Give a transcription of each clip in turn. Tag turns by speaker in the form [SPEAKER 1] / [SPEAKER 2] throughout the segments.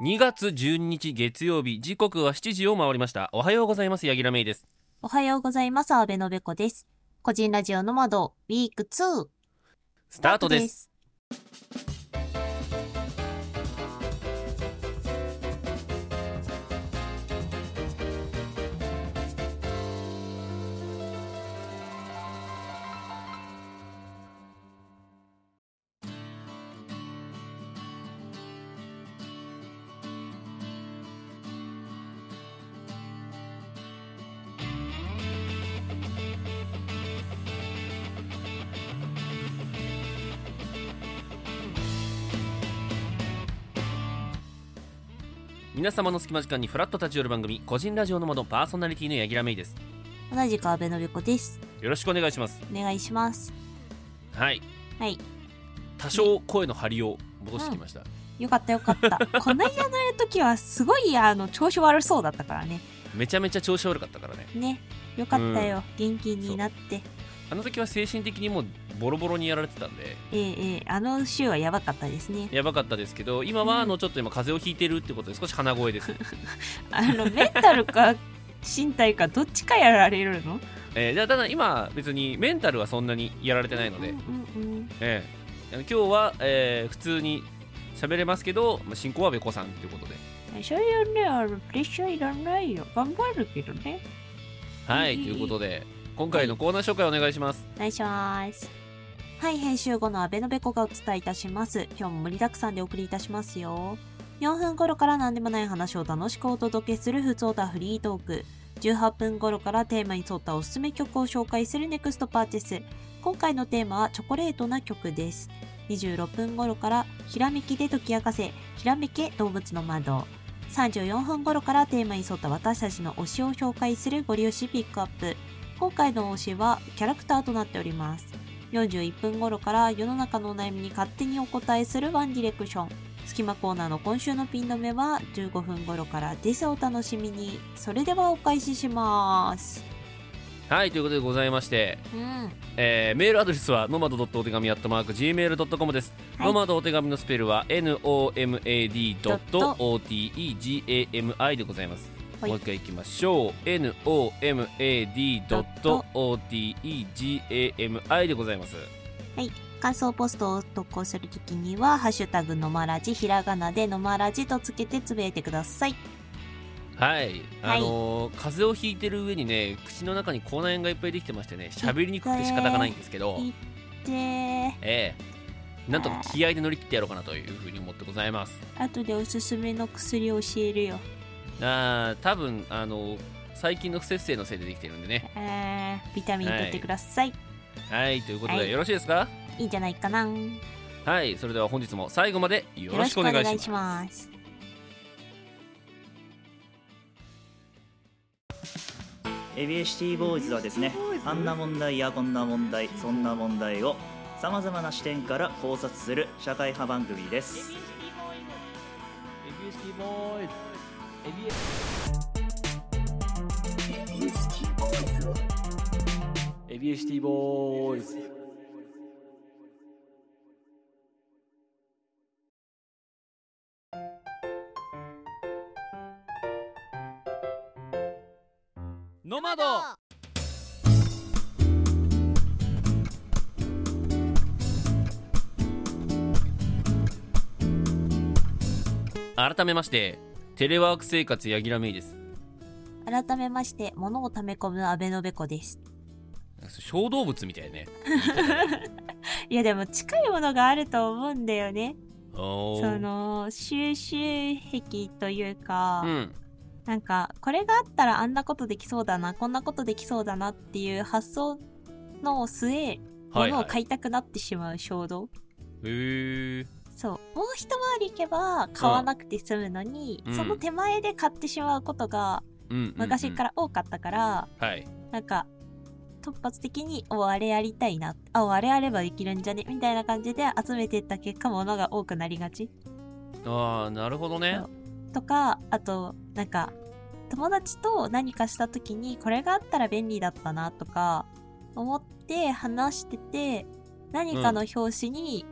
[SPEAKER 1] 2月12日月曜日時刻は7時を回りましたおはようございます柳楽芽衣です
[SPEAKER 2] おはようございます。安倍のべこです。個人ラジオの窓、ウィーク2。
[SPEAKER 1] スタートです
[SPEAKER 2] す。
[SPEAKER 1] 皆様の隙間時間にフラッと立ち寄る番組個人ラジオの窓パーソナリティの柳楽芽衣です
[SPEAKER 2] 同じく安倍のべこです。
[SPEAKER 1] よろしくお願いします
[SPEAKER 2] お願いします。
[SPEAKER 1] はい
[SPEAKER 2] はい。
[SPEAKER 1] 多少声の張りを戻してきました、
[SPEAKER 2] よかったよかった。 この間の時はすごいあの調子悪そうだったからね。
[SPEAKER 1] めちゃめちゃ調子悪かったからね
[SPEAKER 2] ね。よかったよ。元気になって。
[SPEAKER 1] あの時は精神的にもうボロボロにやられてたんで
[SPEAKER 2] ええええあの週はやばかったですね。
[SPEAKER 1] やばかったですけど今はあのちょっと今風邪をひいてるってことで少し鼻声 です、
[SPEAKER 2] あの、メンタルか身体かどっちかやられるの
[SPEAKER 1] えー、じゃあただ今別にメンタルはそんなにやられてないので、
[SPEAKER 2] うんうんうん。
[SPEAKER 1] ええあの今日は、えー普通に喋れますけど、まあ、進行はべこさんということで
[SPEAKER 2] それはね、あの、プレッシャーいらないよ。頑張るけどね。
[SPEAKER 1] はい、
[SPEAKER 2] うん
[SPEAKER 1] ということで今回のコーナー紹介お願いします、
[SPEAKER 2] お願いします。はい、編集後の安倍のべこがお伝えいたします。今日も盛りだくさんでお送りいたしますよ。4分頃から何でもない話を楽しくお届けするふつおたフリートーク。18分頃からテーマに沿ったおすすめ曲を紹介するネクストパーティス。今回のテーマはチョコレートな曲です。26分頃からひらめきで解き明かせ、ひらめけ動物の窓。34分頃からテーマに沿った私たちの推しを紹介するご利用しピックアップ。今回の推しはキャラクターとなっております41分頃から世の中のお悩みに勝手にお答えするワンディレクション隙間コーナーの今週のピン止めは15分頃からですお楽しみにそれではお返しします
[SPEAKER 1] はいということでございまして、
[SPEAKER 2] うん
[SPEAKER 1] えーメールアドレスはノマドドットお手紙アットマーク Gmail.com です、
[SPEAKER 2] はい
[SPEAKER 1] ノマドお手紙のスペルは nomad.otegami でございます、
[SPEAKER 2] はい
[SPEAKER 1] もう一回いきましょう nomad.otegami でございます
[SPEAKER 2] 感想ポストを投稿するときには「ハッシュタグのまらじ」ひらがなで「のまらじ」とつけてつぶえてください
[SPEAKER 1] はい、あのー風邪をひいてる上にね口の中に口内炎がいっぱいできてましてね喋りにくくて仕方がないんですけど、
[SPEAKER 2] いで
[SPEAKER 1] ええなんとか気合で乗り切ってやろうかなというふうに思ってございます
[SPEAKER 2] 後でおすすめの薬を教えるよ
[SPEAKER 1] あー多分あのー最近の不節制のせいでできてるんでね
[SPEAKER 2] えービタミン取ってください、
[SPEAKER 1] はいということで、
[SPEAKER 2] はい
[SPEAKER 1] よろしいですか
[SPEAKER 2] い、いんじゃないかな
[SPEAKER 1] はいそれでは本日も最後までよろしくお願いします
[SPEAKER 2] す。
[SPEAKER 3] ABST ボーイズはですねあんな問題やこんな問題そんな問題をさまざまな視点から考察する社会派番組です
[SPEAKER 4] エビエシティボーイズ。
[SPEAKER 1] ノマド改めましてテレワーク生活柳楽芽衣です
[SPEAKER 2] 改めまして、物を溜め込む安倍のべこです。
[SPEAKER 1] 小動物みたいね
[SPEAKER 2] いや、でも近いものがあると思うんだよね。
[SPEAKER 1] お
[SPEAKER 2] そ
[SPEAKER 1] ー
[SPEAKER 2] の、収集癖というか、
[SPEAKER 1] うん
[SPEAKER 2] なんか、これがあったらあんなことできそうだな、こんなことできそうだなっていう発想の末、
[SPEAKER 1] はい
[SPEAKER 2] 物
[SPEAKER 1] は
[SPEAKER 2] を
[SPEAKER 1] い
[SPEAKER 2] 買いたくなってしまう衝動。
[SPEAKER 1] へー
[SPEAKER 2] そうもう一回り行けば買わなくて済むのに、
[SPEAKER 1] うん
[SPEAKER 2] その手前で買ってしまうことが
[SPEAKER 1] うんうんうん
[SPEAKER 2] 昔から多かったから、
[SPEAKER 1] はい
[SPEAKER 2] なんか突発的におあれやりたいなあおあれあればできるんじゃねみたいな感じで集めてった結果ものが多くなりがち
[SPEAKER 1] ああなるほどね
[SPEAKER 2] そうとかあとなんか友達と何かした時にこれがあったら便利だったなとか思って話してて何かの表紙に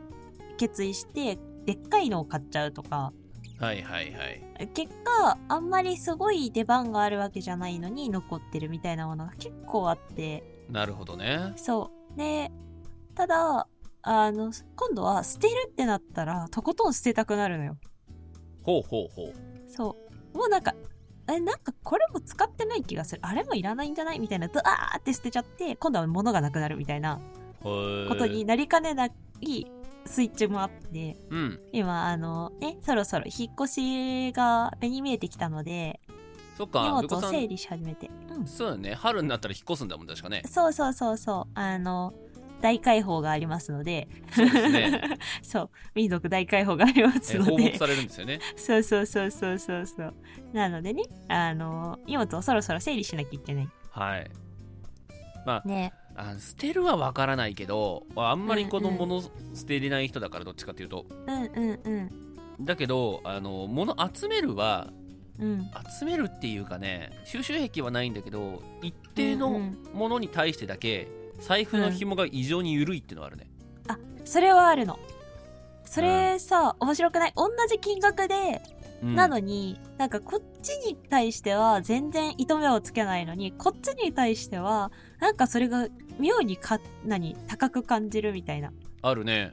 [SPEAKER 2] 決意してでっかいのを買っちゃうとか、
[SPEAKER 1] はいはいはい
[SPEAKER 2] 結果あんまりすごい出番があるわけじゃないのに残ってるみたいなものが結構あって
[SPEAKER 1] なるほどね
[SPEAKER 2] そうでただあの今度は捨てるってなったらとことん捨てたくなるのよ
[SPEAKER 1] ほうほうほう
[SPEAKER 2] そうもうなんかえなんかこれも使ってない気がするあれもいらないんじゃないみたいなドアーって捨てちゃって今度は物がなくなるみたいな
[SPEAKER 1] こ
[SPEAKER 2] ことになりかねないスイッチもあって
[SPEAKER 1] うん
[SPEAKER 2] 今あのねそろそろ引っ越しが目に見えてきたので
[SPEAKER 1] そっ
[SPEAKER 2] 荷
[SPEAKER 1] かル
[SPEAKER 2] 物
[SPEAKER 1] カ
[SPEAKER 2] を
[SPEAKER 1] さ
[SPEAKER 2] 整
[SPEAKER 1] ん
[SPEAKER 2] 理し始めて、うん、
[SPEAKER 1] そうだね春になったら引っ越すんだもん確 かね
[SPEAKER 2] そうそうそうそうあの大解放がありますので
[SPEAKER 1] そうですね
[SPEAKER 2] そう民族大解放がありま
[SPEAKER 1] え
[SPEAKER 2] す
[SPEAKER 1] ー
[SPEAKER 2] の
[SPEAKER 1] 報告
[SPEAKER 2] で
[SPEAKER 1] されるんですよね
[SPEAKER 2] そうそうそうそうそうそうなのでねあの荷物をそろそろ整理しなきゃいけない
[SPEAKER 1] はい
[SPEAKER 2] ね
[SPEAKER 1] あ捨てるはわからないけどあんまりこの
[SPEAKER 2] うんうん
[SPEAKER 1] 物捨てれない人だからどっちかっていうと
[SPEAKER 2] うんうんうん
[SPEAKER 1] だけどあの物集めるは
[SPEAKER 2] うん
[SPEAKER 1] 集めるっていうかね収集癖はないんだけど一定
[SPEAKER 2] うんう
[SPEAKER 1] の
[SPEAKER 2] ん
[SPEAKER 1] ものに対してだけ財布の紐が異常に緩いっていうのはあるね、
[SPEAKER 2] それはあるのそれさ、面白くない同じ金額で、
[SPEAKER 1] うん
[SPEAKER 2] なのになんかこっちに対しては全然糸目をつけないのにこっちに対してはなんかそれが妙にか何高く感じるみたいな
[SPEAKER 1] あるね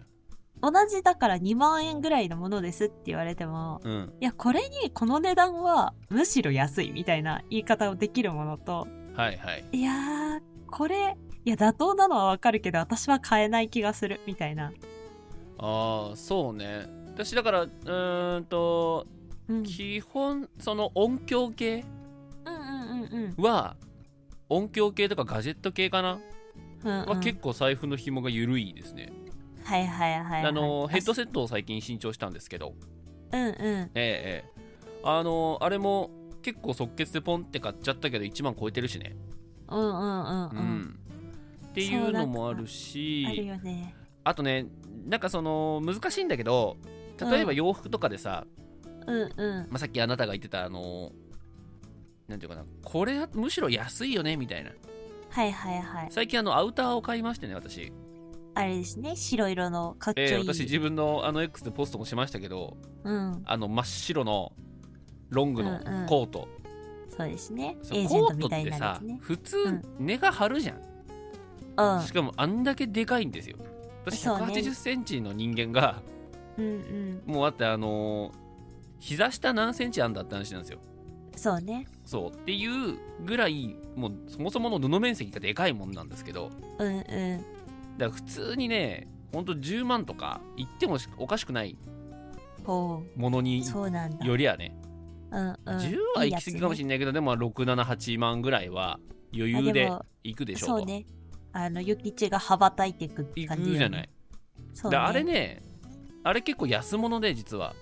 [SPEAKER 2] 同じだから2万円ぐらいのものですって言われても
[SPEAKER 1] うん
[SPEAKER 2] いやこれにこの値段はむしろ安いみたいな言い方をできるものと
[SPEAKER 1] はいはい
[SPEAKER 2] いやーこれいや妥当なのはわかるけど私は買えない気がするみたいな、
[SPEAKER 1] ああそうね私だからうーんと
[SPEAKER 2] うん、うん
[SPEAKER 1] 基本その音響系
[SPEAKER 2] うんうんうん
[SPEAKER 1] は音響系とかガジェット系かな、
[SPEAKER 2] うんうん
[SPEAKER 1] は結構財布の紐が緩いですね、
[SPEAKER 2] はいはいはい、はい、
[SPEAKER 1] あのヘッド
[SPEAKER 2] ス
[SPEAKER 1] セットを最近新調したんですけど
[SPEAKER 2] うんうん
[SPEAKER 1] ええええあのあれも結構即決でポンって買っちゃったけど1万超えてるしね
[SPEAKER 2] うんうんうん
[SPEAKER 1] う、
[SPEAKER 2] うんん
[SPEAKER 1] っていうのもあるし
[SPEAKER 2] あるよね
[SPEAKER 1] あとねなんかその難しいんだけど例えば
[SPEAKER 2] うん
[SPEAKER 1] 洋服とかでさ、
[SPEAKER 2] うんうん
[SPEAKER 1] まあ、さっきあなたが言ってたあのなんていうかなこれむしろ安いよねみたいな
[SPEAKER 2] はいはいはい
[SPEAKER 1] 最近あのアウターを買いましてね私、
[SPEAKER 2] あれですね白色のかっちょいい、
[SPEAKER 1] ええ私自分のあの X でポストもしましたけど
[SPEAKER 2] うん
[SPEAKER 1] あの真っ白のロングの
[SPEAKER 2] うんうん
[SPEAKER 1] コート、
[SPEAKER 2] そうですね
[SPEAKER 1] そう
[SPEAKER 2] エージェ
[SPEAKER 1] コ
[SPEAKER 2] ン
[SPEAKER 1] ート
[SPEAKER 2] トみた
[SPEAKER 1] っ
[SPEAKER 2] い
[SPEAKER 1] て
[SPEAKER 2] なや
[SPEAKER 1] さ、
[SPEAKER 2] つね
[SPEAKER 1] 普通
[SPEAKER 2] うん
[SPEAKER 1] 根が張るじゃん、
[SPEAKER 2] うん
[SPEAKER 1] しかもあんだけでかいんですよ私
[SPEAKER 2] そう
[SPEAKER 1] 1
[SPEAKER 2] ね
[SPEAKER 1] 8 0ンチの人間が
[SPEAKER 2] うんうん
[SPEAKER 1] もうだってあのー膝下何センチあんだって話なんですよ
[SPEAKER 2] そうね
[SPEAKER 1] そうっていうぐらいもうそもそもの布面積がでかいもんなんですけど
[SPEAKER 2] うんうん
[SPEAKER 1] だから普通にねほんと10万とか言ってもしおかしくない
[SPEAKER 2] ほ
[SPEAKER 1] もの
[SPEAKER 2] う
[SPEAKER 1] に
[SPEAKER 2] そうなんだ
[SPEAKER 1] よりはね、
[SPEAKER 2] うんうん
[SPEAKER 1] 10は行き過ぎかもし
[SPEAKER 2] れ
[SPEAKER 1] れないけどでも678万ぐらいは余裕で行くでしょ
[SPEAKER 2] そう
[SPEAKER 1] と
[SPEAKER 2] ねあの諭吉が羽ばたいていくって
[SPEAKER 1] 行
[SPEAKER 2] 感
[SPEAKER 1] く
[SPEAKER 2] じよね
[SPEAKER 1] じゃない
[SPEAKER 2] そう
[SPEAKER 1] だあれねあれ結構安物で実は、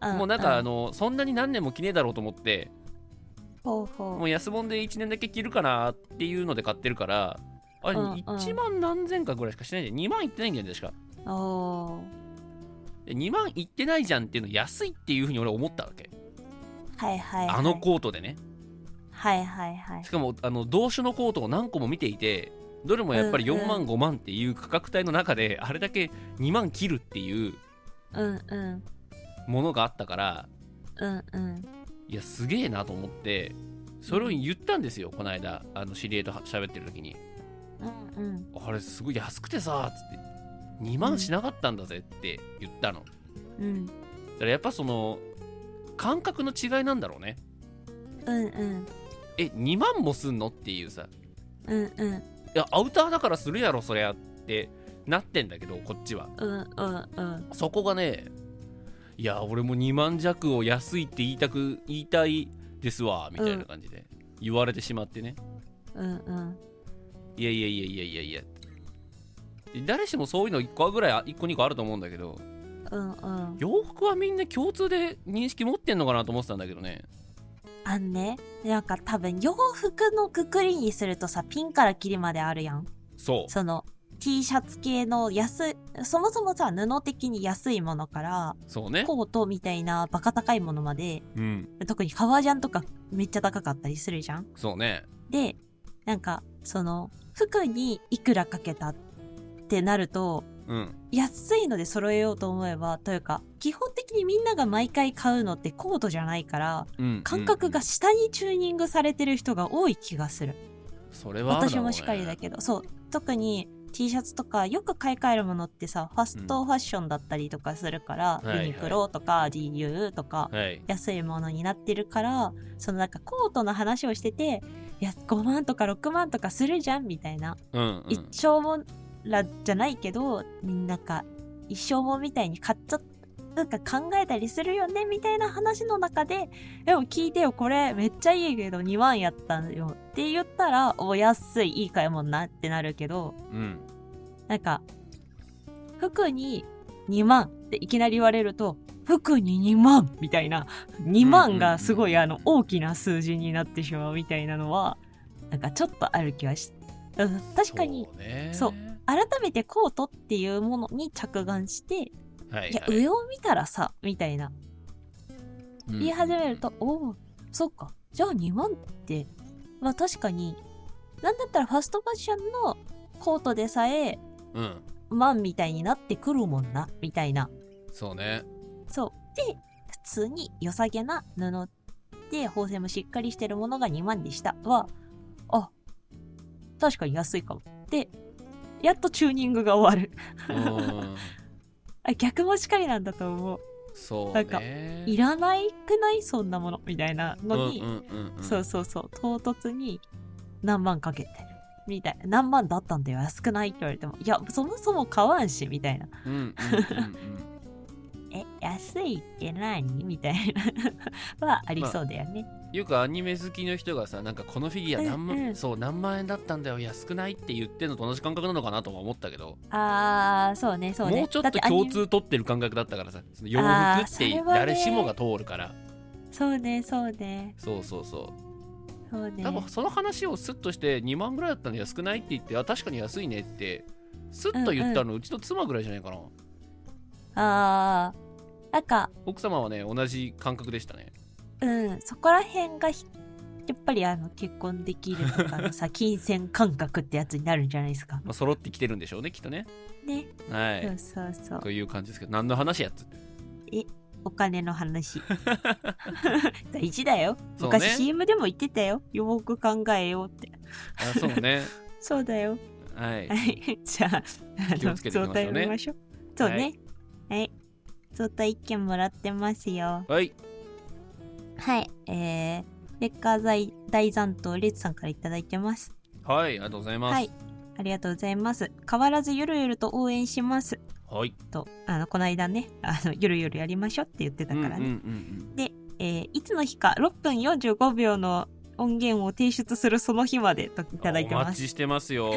[SPEAKER 2] う
[SPEAKER 1] もうなんかあ
[SPEAKER 2] の
[SPEAKER 1] のそんなに何年も着ねえだろうと思って
[SPEAKER 2] ほうほ
[SPEAKER 1] もう安物で1年だけ着るかなっていうので買ってるからあれ
[SPEAKER 2] うんうん
[SPEAKER 1] 1万何千かぐらいしかしないじゃん2万いってないんだよね確か
[SPEAKER 2] うおー
[SPEAKER 1] 2万いってないじゃんっていうの安いっていうふうに俺思ったわけ
[SPEAKER 2] はいはい、はい、
[SPEAKER 1] あのコートでね
[SPEAKER 2] はいはいはい
[SPEAKER 1] しかもあの同種のコートを何個も見ていてどれもやっぱり4
[SPEAKER 2] うん
[SPEAKER 1] 万5万っていう価格帯の中であれだけ2万切るっていう
[SPEAKER 2] うんうん
[SPEAKER 1] ものがあったから
[SPEAKER 2] うんうん
[SPEAKER 1] いやすげえなと思ってそれを言ったんですよこの間あの知り合いとは喋ってる時に
[SPEAKER 2] うんうん
[SPEAKER 1] あれすごい安くてさつって2万しなかったんだぜって言ったのだか
[SPEAKER 2] うん
[SPEAKER 1] らやっぱその感覚の違いなんだろうね
[SPEAKER 2] うんうん
[SPEAKER 1] え2万もすんのっていうさ
[SPEAKER 2] うんうん
[SPEAKER 1] いやアウターだからするやろそりゃってなってんだけどこっちは
[SPEAKER 2] うんうんうん
[SPEAKER 1] そこがねいや俺も2万弱を安いって言いたく言いたいですわみたいな感じで言われてしまってね
[SPEAKER 2] うんうん
[SPEAKER 1] いやいやいやいやいやいや誰しもそういうの1個はぐらいあ1個2個あると思うんだけど
[SPEAKER 2] うんうん
[SPEAKER 1] 洋服はみんな共通で認識持ってんのかなと思ってたんだけどね
[SPEAKER 2] あんねなんか多分洋服のくくりにするとさピンからキリまであるやん
[SPEAKER 1] そう
[SPEAKER 2] その T シャツ系の安いそもそもさ布的に安いものから
[SPEAKER 1] そうね
[SPEAKER 2] コートみたいなバカ高いものまで
[SPEAKER 1] うん
[SPEAKER 2] 特に革ジャンとかめっちゃ高かったりするじゃん
[SPEAKER 1] そうね
[SPEAKER 2] でなんかその服にいくらかけたってなると
[SPEAKER 1] うん
[SPEAKER 2] 安いので揃えようと思えばというか基本的にみんなが毎回買うのってコートじゃないから
[SPEAKER 1] うん
[SPEAKER 2] 感覚が下にチューニングされてる人が多い気がする、
[SPEAKER 1] それはあるだ
[SPEAKER 2] 私
[SPEAKER 1] ろうね
[SPEAKER 2] もしっかりだけどそう特に T シャツとかよく買い替えるものってさファストファッションだったりとかするから、
[SPEAKER 1] はいはい
[SPEAKER 2] ユニクロとか GU とか、
[SPEAKER 1] はい
[SPEAKER 2] 安いものになってるからそのなんかコートの話をしてていや5万とか6万とかするじゃんみたいな、
[SPEAKER 1] うんう
[SPEAKER 2] 一
[SPEAKER 1] ん
[SPEAKER 2] 生もんらじゃないけどみんなか一生もんみたいに買っちゃなんか考えたりするよねみたいな話の中ででも聞いてよこれめっちゃいいけど2万やったんよって言ったらお安いいい買い物なってなるけど
[SPEAKER 1] うん
[SPEAKER 2] なんか服に2万っていきなり言われると服に2万みたいな2万がすごいあの大きな数字になってしまうみたいなのはなんかちょっとある気はしうん確かに
[SPEAKER 1] そうね
[SPEAKER 2] そう改めてコートっていうものに着眼して、
[SPEAKER 1] はいはい
[SPEAKER 2] いや、上を見たらさ、みたいな、
[SPEAKER 1] うん
[SPEAKER 2] 言い始めると、おお、そっか、じゃあ2万って、まあ確かに、なんだったらファストファッションのコートでさえ、
[SPEAKER 1] うん
[SPEAKER 2] 万みたいになってくるもんな、みたいな。
[SPEAKER 1] そう ね
[SPEAKER 2] そう。で、普通に良さげな布で、縫製もしっかりしてるものが2万でしたは、あ、確かに安いかも。で、やっとチューニングが終わる。
[SPEAKER 1] うん
[SPEAKER 2] あ逆もしっかりなんだと思う。
[SPEAKER 1] そうね
[SPEAKER 2] なんかいらないくないそんなものみたいなのに、
[SPEAKER 1] うんうんうんん
[SPEAKER 2] そうそうそう唐突に何万かけてみたいな何万だったんだよ安くないって言われてもいやそもそも買わんしみたいな
[SPEAKER 1] うんうんうん
[SPEAKER 2] え安いって何みたいなはありそうだよね、
[SPEAKER 1] うんよくアニメ好きの人がさなんかこのフィギュア何万、
[SPEAKER 2] うんうん
[SPEAKER 1] そう何万円だったんだよ安くないって言ってんのと同じ感覚なのかなとは思ったけど
[SPEAKER 2] あーそうねそうね
[SPEAKER 1] もうちょっと
[SPEAKER 2] だてアニメ
[SPEAKER 1] 共通取ってる感覚だったからさその洋
[SPEAKER 2] あ
[SPEAKER 1] 服
[SPEAKER 2] ー
[SPEAKER 1] っ
[SPEAKER 2] それ
[SPEAKER 1] て
[SPEAKER 2] はね
[SPEAKER 1] 誰しもが通るから
[SPEAKER 2] そうねそうね
[SPEAKER 1] そうそうそう
[SPEAKER 2] そうね
[SPEAKER 1] 多分その話をスッとして2万ぐらいだったの安くないって言ってあ確かに安いねってスッと言ったのうちの妻ぐらいじゃないかな、
[SPEAKER 2] あーなんか
[SPEAKER 1] 奥様はね同じ感覚でしたね
[SPEAKER 2] うんそこら辺がひやっぱりあの結婚できるとかの さ金銭感覚ってやつになるんじゃないですか
[SPEAKER 1] まあ揃ってきてるんでしょうねきっとね
[SPEAKER 2] ね
[SPEAKER 1] はい、
[SPEAKER 2] そうそうそう
[SPEAKER 1] という感じですけど何の話やっつって
[SPEAKER 2] お金 の話 大事だよ
[SPEAKER 1] そうね
[SPEAKER 2] 昔 CM でも言ってたよよーく考えようって
[SPEAKER 1] あそう ね
[SPEAKER 2] そうだよ
[SPEAKER 1] はい
[SPEAKER 2] は、い じゃああ
[SPEAKER 1] 気を
[SPEAKER 2] の
[SPEAKER 1] つけていきましょうね
[SPEAKER 2] 相談読みましょうそうねはい相談一件もらってますよ
[SPEAKER 1] はい、
[SPEAKER 2] はいえー、レッカー材大残党レッツさんからいただいてます
[SPEAKER 1] はい、ありがとうございます
[SPEAKER 2] はいありがとうございます変わらずゆるゆると応援します
[SPEAKER 1] はい
[SPEAKER 2] とあのこの間ねあのゆるゆるやりましょうって言ってたからね、
[SPEAKER 1] うんうんうん
[SPEAKER 2] えーいつの日か6分45秒の音源を提出するその日までとい
[SPEAKER 1] うん
[SPEAKER 2] ただいて
[SPEAKER 1] お
[SPEAKER 2] ま
[SPEAKER 1] 待
[SPEAKER 2] す。
[SPEAKER 1] ちしてます よ、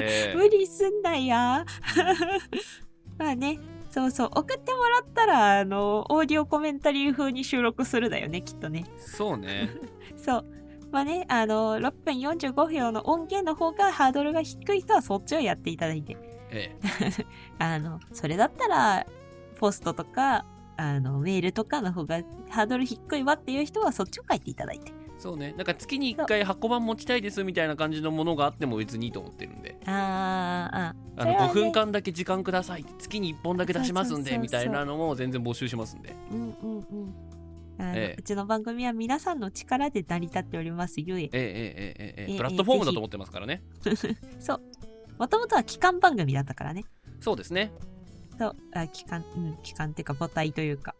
[SPEAKER 1] えー
[SPEAKER 2] 無理すんなや。 まあね、そうそう、送ってもらったら、あの、オーディオコメンタリー風に収録するだよね、きっとね。
[SPEAKER 1] そうね
[SPEAKER 2] そう。まあね、あの、6分45秒の音源の方がハードルが低い人はそっちをやっていただいて。
[SPEAKER 1] え
[SPEAKER 2] あの、それだったら、ポストとか、あの、メールとかの方がハードル低いわっていう人はそっちを書いていただいて。
[SPEAKER 1] えそうねなんか月に1回箱版持ちたいですみたいな感じのものがあっても別にいいと思ってるんで
[SPEAKER 2] あー、あ
[SPEAKER 1] あ
[SPEAKER 2] それ
[SPEAKER 1] の
[SPEAKER 2] は
[SPEAKER 1] 5
[SPEAKER 2] ね
[SPEAKER 1] 分間だけ時間くださいって月に1本だけ出しますん
[SPEAKER 2] そうそうそうそ
[SPEAKER 1] で
[SPEAKER 2] う
[SPEAKER 1] みたいなのも全然募集しますんで
[SPEAKER 2] うんうんうん。あの
[SPEAKER 1] ええ
[SPEAKER 2] うちの番組は皆さんの力で成り立っておりますゆえ
[SPEAKER 1] えええええええ
[SPEAKER 2] え
[SPEAKER 1] え
[SPEAKER 2] え
[SPEAKER 1] プラットフォームだと思ってますからね
[SPEAKER 2] そうもともとは機関番組だったからね
[SPEAKER 1] そうですね
[SPEAKER 2] そうあ機関うん機関っていうか母体というか、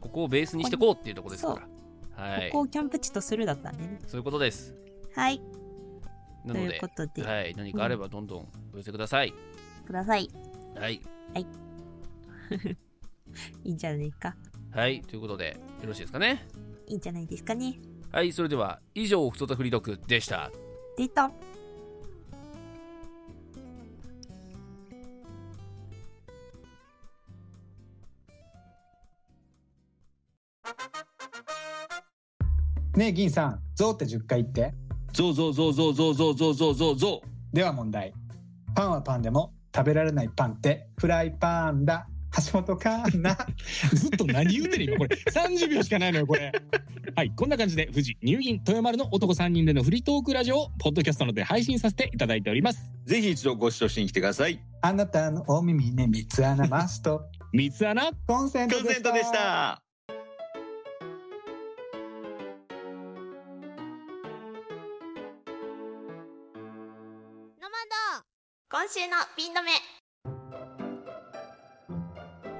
[SPEAKER 1] ここをベースにしていこうっていうところですからはい
[SPEAKER 2] ここをキャンプ地とするだったんでね
[SPEAKER 1] そういうことです
[SPEAKER 2] はい
[SPEAKER 1] な
[SPEAKER 2] と
[SPEAKER 1] の
[SPEAKER 2] いう
[SPEAKER 1] で
[SPEAKER 2] ことで、
[SPEAKER 1] はい、何かあればどんどんお寄せください、
[SPEAKER 2] ください
[SPEAKER 1] はい
[SPEAKER 2] いいんじゃないか
[SPEAKER 1] はいということでよろしいですかね
[SPEAKER 2] いいんじゃないですかね
[SPEAKER 1] はいそれでは以上ふとたフリードクでした
[SPEAKER 2] 出た
[SPEAKER 5] ねえ銀さん「ゾウ」って10回言って
[SPEAKER 6] ゾウゾウゾウゾウゾウゾウゾウゾウゾウゾ
[SPEAKER 5] では問題パンはパンでも食べられないパンってフライパンだ橋本環 奈
[SPEAKER 6] ウずっと何言うてる今これ30秒しかないのよこれはいこんな感じで富士入銀豊丸の男3人でのフリートークラジオをポッドキャストので配信させていただいております
[SPEAKER 7] ぜひ一度ご視聴しに来てください。
[SPEAKER 5] あなたのお耳に三つ穴マスト。
[SPEAKER 6] 三つ穴
[SPEAKER 5] コンセン
[SPEAKER 7] コ
[SPEAKER 5] ト
[SPEAKER 7] ン
[SPEAKER 5] で
[SPEAKER 7] セ
[SPEAKER 5] し
[SPEAKER 7] ン
[SPEAKER 5] た。
[SPEAKER 7] トでした。
[SPEAKER 8] ノマド今週のピン止め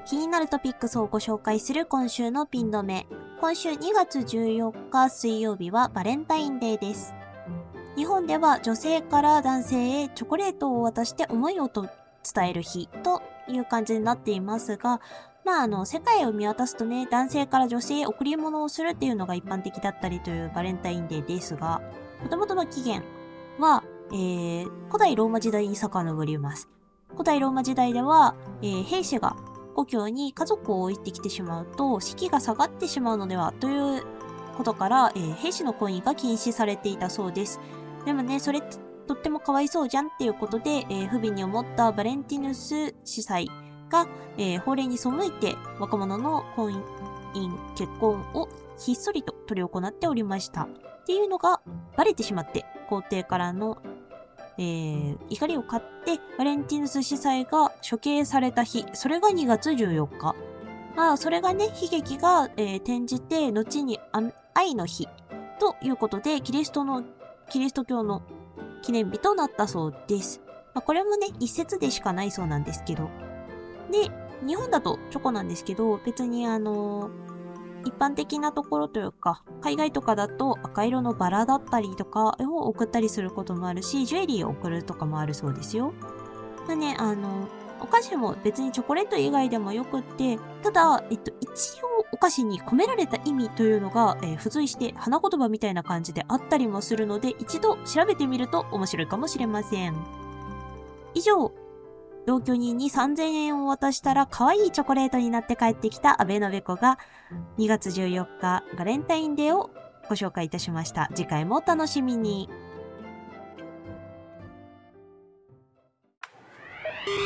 [SPEAKER 2] 気になるトピックスをご紹介する今週のピン止め。今週2月14日水曜日はバレンタインデーです。日本では女性から男性へチョコレートを渡して思いをと伝える日という感じになっていますが、まああの、世界を見渡すとね、男性から女性へ贈り物をするっていうのが一般的だったりというバレンタインデーですが、もともとの起源は、えー、古代ローマ時代に遡ります。古代ローマ時代では、えー兵士が故郷に家族を置いてきてしまうと士気が下がってしまうのではということから、えー兵士の婚姻が禁止されていたそうですでもねそれってとってもかわいそうじゃんっていうことで、えー不憫に思ったバレンティヌス司祭が、えー法令に背いて若者の婚姻結婚をひっそりと取り行っておりましたっていうのがバレてしまって皇帝からの、えー怒りを買ってバレンティヌス司祭が処刑された日それが2月14日まあそれがね悲劇が、えー転じて後にあ愛の日ということでキリストのキリスト教の記念日となったそうです、まあ、これもね一説でしかないそうなんですけどで日本だとチョコなんですけど別にあのー一般的なところというか海外とかだと赤色のバラだったりとかを送ったりすることもあるしジュエリーを送るとかもあるそうですよ。まあねあのお菓子も別にチョコレート以外でもよくってただ、えっと、一応お菓子に込められた意味というのが、えー付随して花言葉みたいな感じであったりもするので一度調べてみると面白いかもしれません。以上同居人に3000円を渡したら可愛いチョコレートになって帰ってきた安倍のべこが2月14日バレンタインデーをご紹介いたしました次回もお楽しみに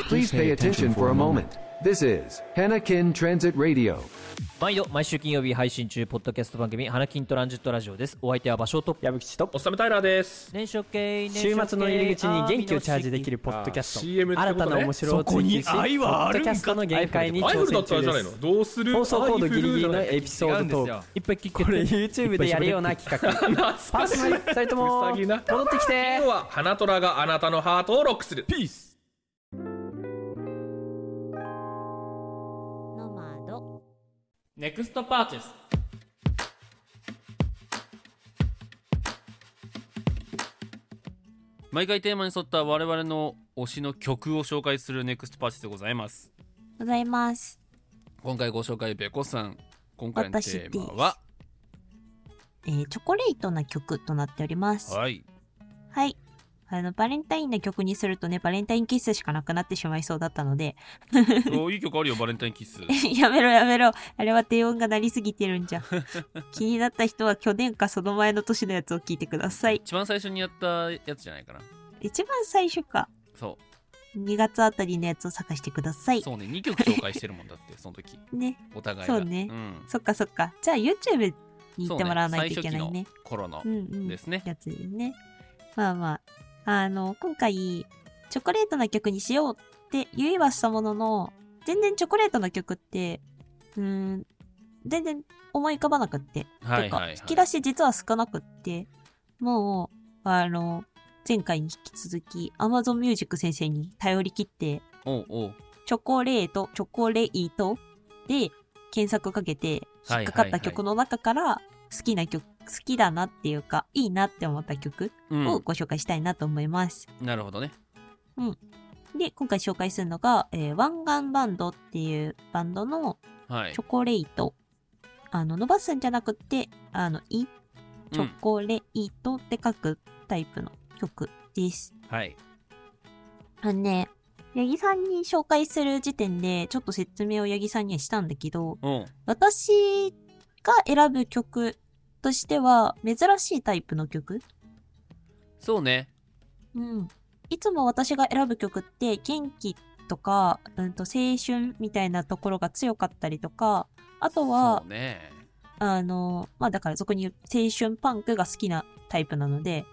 [SPEAKER 9] Please pay attention for a moment. This is Hanakin Transit Radio.
[SPEAKER 10] 毎度毎週金曜日配信中ポッドキャスト番組花金トランジットラジオですお相手は場所と
[SPEAKER 4] 矢吹と
[SPEAKER 1] おっさめタイラーです
[SPEAKER 10] 年初系
[SPEAKER 4] 週末の入り口に元気をチャージできるポッドキャス
[SPEAKER 1] あー
[SPEAKER 4] ト
[SPEAKER 1] CM ってことね
[SPEAKER 4] 新たな面白を追求し
[SPEAKER 7] そこに愛はあるん
[SPEAKER 4] ポッドキ
[SPEAKER 7] か
[SPEAKER 4] ャストの限界に
[SPEAKER 1] アイフ
[SPEAKER 4] 挑
[SPEAKER 1] ルだ
[SPEAKER 4] 戦
[SPEAKER 1] った
[SPEAKER 4] 中
[SPEAKER 1] らじゃない
[SPEAKER 4] です
[SPEAKER 1] のどうする
[SPEAKER 4] 放送コード
[SPEAKER 1] アイフ
[SPEAKER 4] ギ
[SPEAKER 1] ル
[SPEAKER 4] リギリ
[SPEAKER 1] じゃ
[SPEAKER 4] の
[SPEAKER 1] ない
[SPEAKER 4] エピソードトークいっぱい聞けこれ YouTube でやるような企 画パ ーソナリティ2人と
[SPEAKER 1] う
[SPEAKER 4] も
[SPEAKER 1] さぎな
[SPEAKER 4] 戻ってきて
[SPEAKER 1] 今日は花虎があなたのハートをロックするピース
[SPEAKER 2] ノマド
[SPEAKER 10] ネクストパーチェス
[SPEAKER 1] 毎回テーマに沿った我々の推しの曲を紹介するネクストパーチでございます
[SPEAKER 2] ございます
[SPEAKER 1] 今回ご紹介べこさん今回のテーマは
[SPEAKER 2] えーチョコレートな曲となっておりますはい、
[SPEAKER 1] はい
[SPEAKER 2] あのバレンタインな曲にするとねバレンタインキッスしかなくなってしまいそうだったので
[SPEAKER 1] おいい曲あるよバレンタインキッス
[SPEAKER 2] やめろやめろあれは低音が鳴りすぎてる んじゃ気になった人は去年かその前の年のやつを聞いてください
[SPEAKER 1] 一番最初にやったやつじゃないかな
[SPEAKER 2] 一番最初か
[SPEAKER 1] そ
[SPEAKER 2] 2月あたりのやつを探してくださ
[SPEAKER 1] う
[SPEAKER 2] い
[SPEAKER 1] そうね2曲紹介してるもんだって その時
[SPEAKER 2] ね
[SPEAKER 1] お互いが
[SPEAKER 2] そうね
[SPEAKER 1] ん
[SPEAKER 2] そっかそっかじゃあ YouTube に行ってもらわないといけない
[SPEAKER 1] そう
[SPEAKER 2] ね
[SPEAKER 1] ね最初期の頃の
[SPEAKER 2] うんうん
[SPEAKER 1] ですね
[SPEAKER 2] やつでね。まあまあ、あの、今回、チョコレートな曲にしようって言いはしたものの、全然チョコレートな曲って、うーん、全然思い浮かばなくって。
[SPEAKER 1] はいはいは
[SPEAKER 2] て
[SPEAKER 1] い
[SPEAKER 2] か、引き出し実は少なくって、もう、あの、前回に引き続き、Amazon Music 先生に頼り切って、
[SPEAKER 1] おうおう
[SPEAKER 2] チョコレート、チョコレートで検索かけて、引っかかった曲の中から、好きな曲、好きだなっていうか、いいなって思った曲
[SPEAKER 1] う
[SPEAKER 2] を
[SPEAKER 1] ん
[SPEAKER 2] ご紹介したいなと思います。
[SPEAKER 1] なるほどね
[SPEAKER 2] で、今回紹介するのが、えーワンガンバンドっていうバンドの
[SPEAKER 1] はい
[SPEAKER 2] チョコレート。あの、伸ばすんじゃなくて、あの、い、チョコレートって書くタイプの曲です。
[SPEAKER 1] はい
[SPEAKER 2] あのね、八木さんに紹介する時点で、ちょっと説明を八木さんにはしたんだけど、
[SPEAKER 1] うん
[SPEAKER 2] 私が選ぶ曲としては珍しいタイプの曲
[SPEAKER 1] そうね
[SPEAKER 2] うん。いつも私が選ぶ曲って元気とか、うん、と青春みたいなところが強かったりとか、あとは
[SPEAKER 1] そう、ね
[SPEAKER 2] あの、まあだからそこに青春パンクが好きなタイプなので、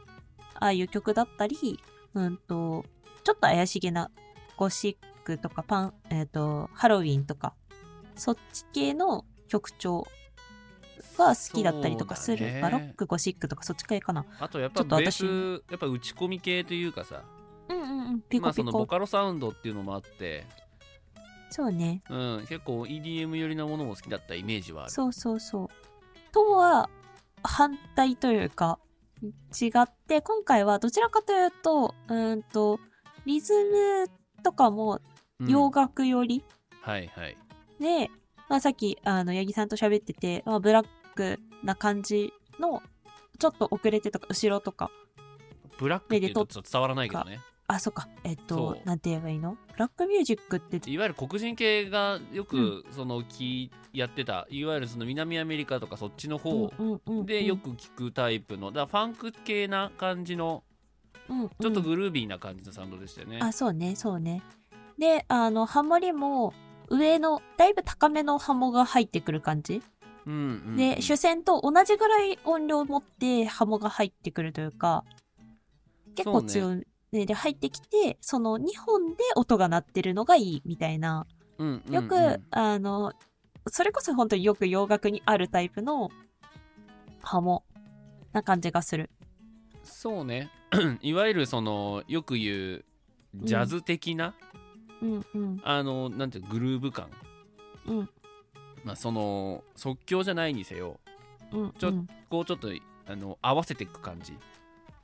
[SPEAKER 2] ああいう曲だったり、うんと、ちょっと怪しげなゴシックとかパン、えっ、と、ハロウィンとか、そっち系の曲調が好きだったりとかする。
[SPEAKER 1] そうだね
[SPEAKER 2] バロック、ゴシックとかそっち系かな。
[SPEAKER 1] あとやっ
[SPEAKER 2] ち
[SPEAKER 1] ぱ
[SPEAKER 2] ょっと
[SPEAKER 1] ベー
[SPEAKER 2] 私
[SPEAKER 1] スやっぱ打ち込み系というかさ
[SPEAKER 2] うんうんうん。ピ
[SPEAKER 1] ま
[SPEAKER 2] コ
[SPEAKER 1] あそ
[SPEAKER 2] ピ
[SPEAKER 1] の
[SPEAKER 2] コ。
[SPEAKER 1] ボカロサウンドっていうのもあって、
[SPEAKER 2] そうね。
[SPEAKER 1] うん、結構 EDM 寄りなものも好きだったイメージはある
[SPEAKER 2] そうそうそう。とは反対というか違って今回はどちらかというとうーんとリズムとかも
[SPEAKER 1] うん
[SPEAKER 2] 洋楽寄り
[SPEAKER 1] はいはい
[SPEAKER 2] で、まあ、さっきあの八木さんと喋ってて、まあ、ブラックな感じのちょっと遅れてとか後ろとか
[SPEAKER 1] ブラックっていうとちょっと伝わらないけどね
[SPEAKER 2] あそっかえっと
[SPEAKER 1] そう
[SPEAKER 2] なんて言えばいいのブラックミュージックって
[SPEAKER 1] いわゆる黒人系がよ
[SPEAKER 2] う
[SPEAKER 1] くそのきやってたいわゆるその南アメリカとかそっちの方
[SPEAKER 2] うんうんうん
[SPEAKER 1] でよく聞くタイプのだからファンク系な感じの
[SPEAKER 2] うんうん
[SPEAKER 1] ちょっとグルービーな感じのサウンドでしたよね、
[SPEAKER 2] あそうねそうねであのハモリも上のだいぶ高めのハモが入ってくる感じ、
[SPEAKER 1] うんうんうん
[SPEAKER 2] で主戦と同じぐらい音量を持ってハモが入ってくるというか結構
[SPEAKER 1] そ
[SPEAKER 2] 強めで入ってきてその2本で音が鳴ってるのがいいみたいな
[SPEAKER 1] うんうんうん
[SPEAKER 2] よく、あのそれこそ本当によく洋楽にあるタイプのハモな感じがする
[SPEAKER 1] そうね いわゆるそのよく言うジャズ的な、
[SPEAKER 2] うんうん
[SPEAKER 1] あのなんていうのグルーヴ感、
[SPEAKER 2] うん
[SPEAKER 1] まあ、その即興じゃないにせよ
[SPEAKER 2] うん
[SPEAKER 1] ちょ
[SPEAKER 2] うん
[SPEAKER 1] こうちょっとあの合わせていく感じ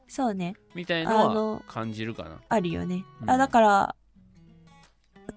[SPEAKER 2] そうね
[SPEAKER 1] みたい
[SPEAKER 2] あ
[SPEAKER 1] のは
[SPEAKER 2] の
[SPEAKER 1] 感じるかな
[SPEAKER 2] あるよね。
[SPEAKER 1] う
[SPEAKER 2] あ
[SPEAKER 1] ん
[SPEAKER 2] だから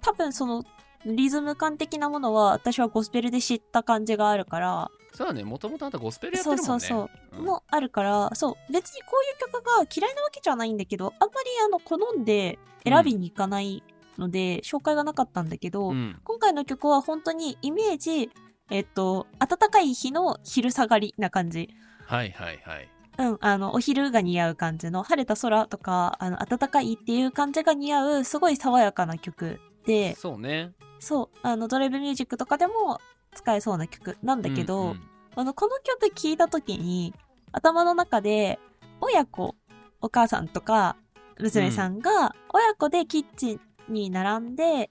[SPEAKER 2] 多分そのリズム感的なものは私はゴスペルで知った感じがあるから、
[SPEAKER 1] そうだねもともとあんたゴスペルやってるもんね
[SPEAKER 2] そうそう
[SPEAKER 1] そ
[SPEAKER 2] もうあるからそう別にこういう曲が嫌いなわけじゃないんだけどあんまりあの好んで選びに行かないので、紹介がなかったんだけど、
[SPEAKER 1] うん、うん
[SPEAKER 2] 今回の曲は本当にイメージえっと暖かい日の昼下がりな感じ。
[SPEAKER 1] はいはいはい
[SPEAKER 2] うん、あの、お昼が似合う感じの、晴れた空とか、あの、暖かいっていう感じが似合う、すごい爽やかな曲で、
[SPEAKER 1] そうね
[SPEAKER 2] そう、あの、ドライブミュージックとかでも使えそうな曲なんだけど、
[SPEAKER 1] うんうん
[SPEAKER 2] あの、この曲聴いた時に、頭の中で、親子、お母さんとか、娘さんが、親子でキッチンに並んで、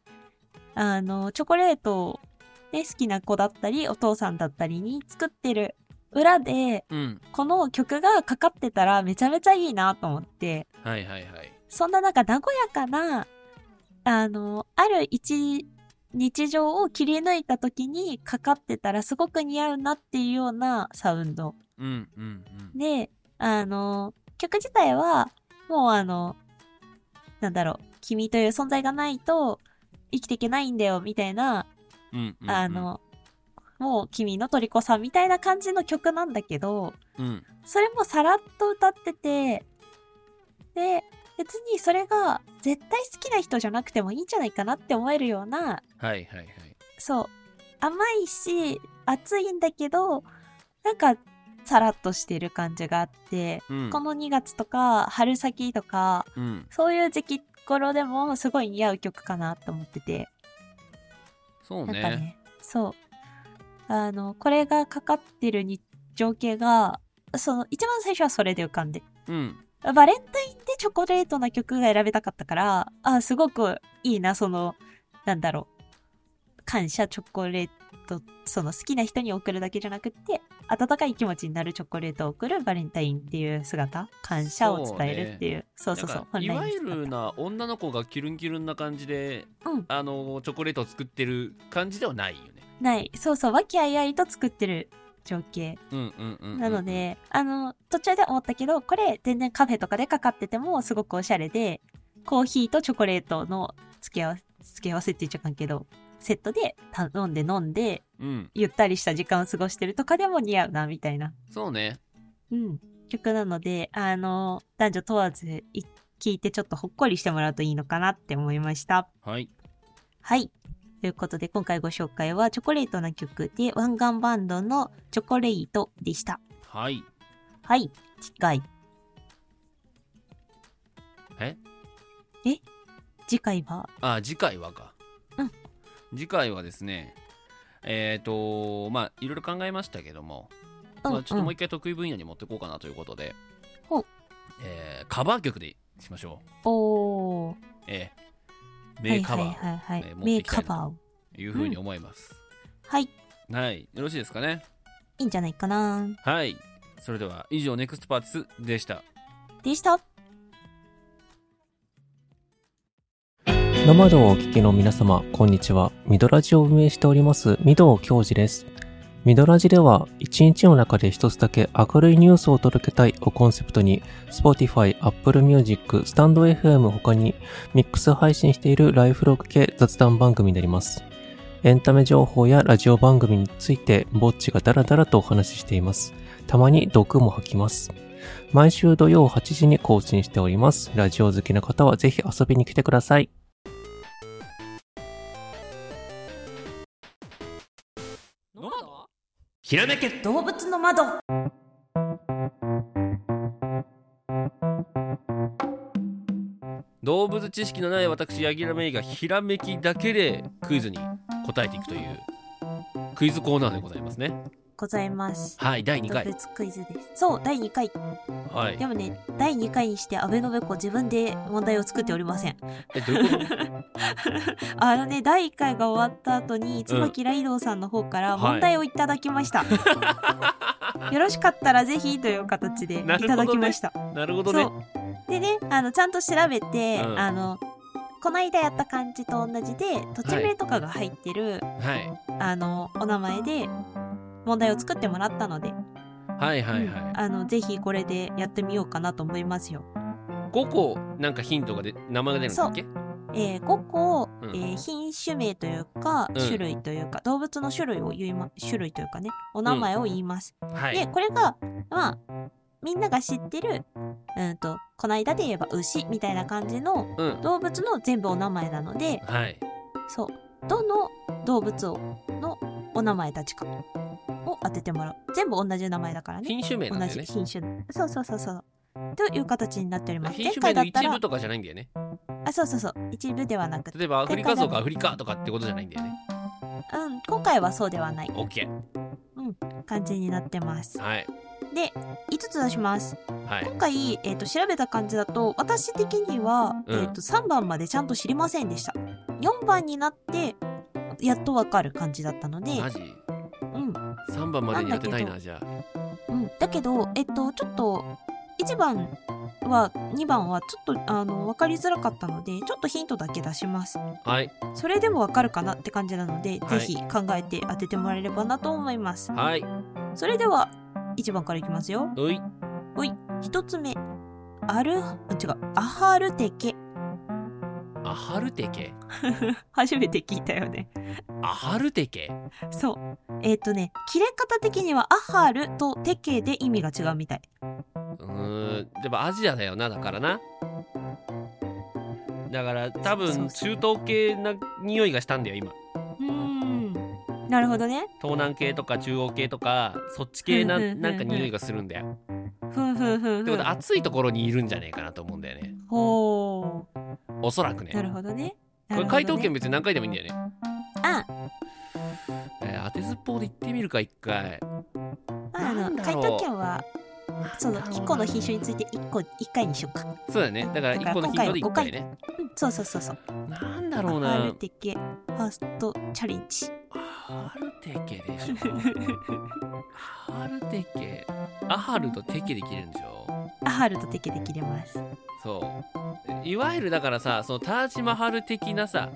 [SPEAKER 2] あの、チョコレートを、ね、好きな子だったり、お父さんだったりに作ってる裏で、
[SPEAKER 1] うん
[SPEAKER 2] この曲がかかってたらめちゃめちゃいいなと思って、
[SPEAKER 1] はいはいはい
[SPEAKER 2] そんななんか和やかな、あの、ある一日常を切り抜いた時にかかってたらすごく似合うなっていうようなサウンド。
[SPEAKER 1] うんうんうん
[SPEAKER 2] で、あの、曲自体は、もうあの、なんだろう、君という存在がないと生きていけないんだよみたいな、
[SPEAKER 1] うんうんうん
[SPEAKER 2] あの、もう君の虜さんみたいな感じの曲なんだけど、
[SPEAKER 1] うん
[SPEAKER 2] それもさらっと歌ってて、で、別にそれが絶対好きな人じゃなくてもいいんじゃないかなって思えるような、
[SPEAKER 1] はいはいはい
[SPEAKER 2] そう、甘いし、熱いんだけど、なんか、さらっとしてる感じがあって、
[SPEAKER 1] うん
[SPEAKER 2] この2月とか、春先とか、
[SPEAKER 1] うん
[SPEAKER 2] そういう時期頃でもすごい似合う曲かなと思ってて、
[SPEAKER 1] そう
[SPEAKER 2] なんか
[SPEAKER 1] ね
[SPEAKER 2] ね、そう。あの、これがかかってる日情景が、その、一番最初はそれで浮かんで、
[SPEAKER 1] うん
[SPEAKER 2] バレンタインでチョコレートな曲が選べたかったから、あ、すごくいいな、その、なんだろう。感謝チョコレート、その好きな人に送るだけじゃなくて、温かい気持ちになるチョコレートを送るバレンタインっていう姿、感謝を伝えるっていう、そう,、そうそう
[SPEAKER 1] なんかいわゆ
[SPEAKER 2] 本来の
[SPEAKER 1] る
[SPEAKER 2] 姿
[SPEAKER 1] な女の子がキルンキルンな感じで、
[SPEAKER 2] うん
[SPEAKER 1] あのチョコレートを作ってる感じではないよね。
[SPEAKER 2] ない、そうそう、和気あいあいと作ってる情景。
[SPEAKER 1] うんうんうんうん、
[SPEAKER 2] なので、あの、途中で思ったけど、これ全然カフェとかでかかっててもすごくおしゃれで、コーヒーとチョコレートの付け合わせ、付け合わせって言っちゃあかんけど、セットで頼んで飲んで、
[SPEAKER 1] うん、
[SPEAKER 2] ゆったりした時間を過ごしてるとかでも似合うな、みたいな。
[SPEAKER 1] そうね。
[SPEAKER 2] うん。曲なので、あの、男女問わずい聞いてちょっとほっこりしてもらうといいのかなって思いました。
[SPEAKER 1] はい。
[SPEAKER 2] はい。ということで、今回ご紹介はチョコレートな曲で、湾岸バンドのチョコレートでした。
[SPEAKER 1] はい。
[SPEAKER 2] はい。次回。
[SPEAKER 1] え
[SPEAKER 2] え次回は
[SPEAKER 1] あ、次回はか。
[SPEAKER 2] うん
[SPEAKER 1] 次回はですね、えっ、と、まあ、いろいろ考えましたけども、まあ、ちょっともう一回得意分野に持ってこうかなということで、
[SPEAKER 2] ほう
[SPEAKER 1] えーカバー曲でしましょう。
[SPEAKER 2] おー
[SPEAKER 1] え
[SPEAKER 2] は
[SPEAKER 1] 名
[SPEAKER 2] い
[SPEAKER 1] カ
[SPEAKER 2] はい
[SPEAKER 1] バ
[SPEAKER 2] はいはい
[SPEAKER 1] ね。持って
[SPEAKER 2] 名
[SPEAKER 1] きた
[SPEAKER 2] カ
[SPEAKER 1] いと
[SPEAKER 2] バーを。
[SPEAKER 1] ーいうふうに思います、
[SPEAKER 2] はい。い
[SPEAKER 1] はいよろしいですかね
[SPEAKER 2] いんじゃないかな。
[SPEAKER 1] はいそれでは以上ネクストパーツでした
[SPEAKER 2] でした。
[SPEAKER 7] ノマドをお聞きの皆様、こんにちは。ミドラジを運営しております、ミドウ教授です。ミドラジでは、一日の中で一つだけ明るいニュースを届けたいをコンセプトに、Spotify、Apple Music、StandFM 他に、ミックス配信しているライフログ系雑談番組になります。エンタメ情報やラジオ番組について、ぼっちがダラダラとお話ししています。たまに毒も吐きます。毎週土曜8時に更新しております。ラジオ好きな方はぜひ遊びに来てください。
[SPEAKER 1] ひらめけ
[SPEAKER 2] 動物の窓。
[SPEAKER 1] 動物知識のない私柳楽芽衣がひらめきだけでクイズに答えていくというクイズコーナーでございますね
[SPEAKER 2] ございます。
[SPEAKER 1] はい第2回
[SPEAKER 2] 動物クイズです。そう、第2回。
[SPEAKER 1] はい
[SPEAKER 2] でもね、第2回にして、安倍のべこ自分で問題を作っておりません。
[SPEAKER 1] えどういうこと
[SPEAKER 2] あのね、第1回が終わった後に、椿ライドウさんの方か
[SPEAKER 1] は
[SPEAKER 2] ら
[SPEAKER 1] い
[SPEAKER 2] 問題をいただきました。 よろしかったらぜひという形でい
[SPEAKER 1] なるほどね
[SPEAKER 2] ただきました。
[SPEAKER 1] なるほどね
[SPEAKER 2] でね、あの、ちゃんと調べて、
[SPEAKER 1] うん
[SPEAKER 2] あの、この間やった感じと同じで、土地名とかが入ってる、
[SPEAKER 1] はい
[SPEAKER 2] あの、お名前で、問題を作ってもらったので、
[SPEAKER 1] はいはいはい
[SPEAKER 2] あの、ぜひこれでやってみようかなと思いますよ。
[SPEAKER 1] 5個なんかヒントがで名前が出るんだっけ
[SPEAKER 2] えー、5個、
[SPEAKER 1] うん
[SPEAKER 2] えー品種名というか、
[SPEAKER 1] うん
[SPEAKER 2] 種類というか、動物の種類を言いま、種類というかね、お名前を言います。
[SPEAKER 1] は
[SPEAKER 2] で、
[SPEAKER 1] い
[SPEAKER 2] これが、まあ、みんなが知ってる、うんと、この間で言えば牛みたいな感じの
[SPEAKER 1] うん
[SPEAKER 2] 動物の全部お名前なので、
[SPEAKER 1] はい
[SPEAKER 2] そう、どの動物をのお名前たちかを当ててもらう。全部同じ名前だからね。
[SPEAKER 1] 品種名なんだよね
[SPEAKER 2] 同じ品種。そうそうそうそう。という形になっております。
[SPEAKER 1] 品種名の
[SPEAKER 2] 前回だった
[SPEAKER 1] 一
[SPEAKER 2] ら
[SPEAKER 1] 部、とかじゃないんだよね
[SPEAKER 2] あ、そうそうそう、一部ではなくて、
[SPEAKER 1] 例えばアフリカ族アフリカとかってことじゃないんだよね
[SPEAKER 2] うん、今回はそうではない
[SPEAKER 1] OK
[SPEAKER 2] 感じになってます。
[SPEAKER 1] はい
[SPEAKER 2] で、5つ出します。
[SPEAKER 1] はい
[SPEAKER 2] 今回、えっ、と、調べた感じだと、私的には、
[SPEAKER 1] うん
[SPEAKER 2] えっ、と、3番までちゃんと知りませんでした。4番になって、やっとわかる感じだったので、
[SPEAKER 1] マジ
[SPEAKER 2] うん、
[SPEAKER 1] 3番までに当てたい
[SPEAKER 2] な
[SPEAKER 1] なじゃあ
[SPEAKER 2] うん、だけど、えっと、ちょっと、1番は、2番は、ちょっと、あの、わかりづらかったので、ちょっとヒントだけ出します。
[SPEAKER 1] はい
[SPEAKER 2] それでもわかるかなって感じなので、
[SPEAKER 1] はい
[SPEAKER 2] ぜひ考えて当ててもらえればなと思います。
[SPEAKER 1] はい
[SPEAKER 2] それでは、1番からいきますよ。
[SPEAKER 1] うい
[SPEAKER 2] 1つ目、アル、あ違う、アハルテケ。
[SPEAKER 1] アハルテケ
[SPEAKER 2] 初めて聞いたよね。
[SPEAKER 1] アハルテケ
[SPEAKER 2] そう。えっとね、切れ方的にはアハルとテケで意味が違うみたい。
[SPEAKER 1] うーんでもアジアだよなだからなだから多
[SPEAKER 2] そ
[SPEAKER 1] 分
[SPEAKER 2] うそ
[SPEAKER 1] 中東系な匂いがしたんだよ今
[SPEAKER 2] うーん。なるほどね。
[SPEAKER 1] 東南系とか中央系とかそっち系な
[SPEAKER 2] うんうんうんうん
[SPEAKER 1] なんか匂いがするんだよ
[SPEAKER 2] ふんふんふん
[SPEAKER 1] っ
[SPEAKER 2] ふ
[SPEAKER 1] て
[SPEAKER 2] ん
[SPEAKER 1] ことは暑いところにいるんじゃねえかなと思うんだよね
[SPEAKER 2] ほ
[SPEAKER 1] おそらく
[SPEAKER 2] う。なる
[SPEAKER 1] ね
[SPEAKER 2] ほどね。
[SPEAKER 1] これ回答権別に何回でもいいんだよね
[SPEAKER 2] あ
[SPEAKER 1] えー当てずっぽうで行ってみるか一回
[SPEAKER 2] あ
[SPEAKER 1] な
[SPEAKER 2] の
[SPEAKER 1] んだ
[SPEAKER 2] 回
[SPEAKER 1] ろう
[SPEAKER 2] 答権はその
[SPEAKER 1] なんだろうな
[SPEAKER 2] 1個の品種について1個1回にしようか。
[SPEAKER 1] そうだよねだから一個のヒントで一回ね
[SPEAKER 2] うん、そうそうそうそう。
[SPEAKER 1] なんだろう
[SPEAKER 2] アハル
[SPEAKER 1] な
[SPEAKER 2] テケファーストチャレンジ。
[SPEAKER 1] アハルテケでしょアハルテケアハルとテケで切れるんでしょ
[SPEAKER 2] アハルとテケで切れます。
[SPEAKER 1] そういわゆるだからさそのタージマハル的なさ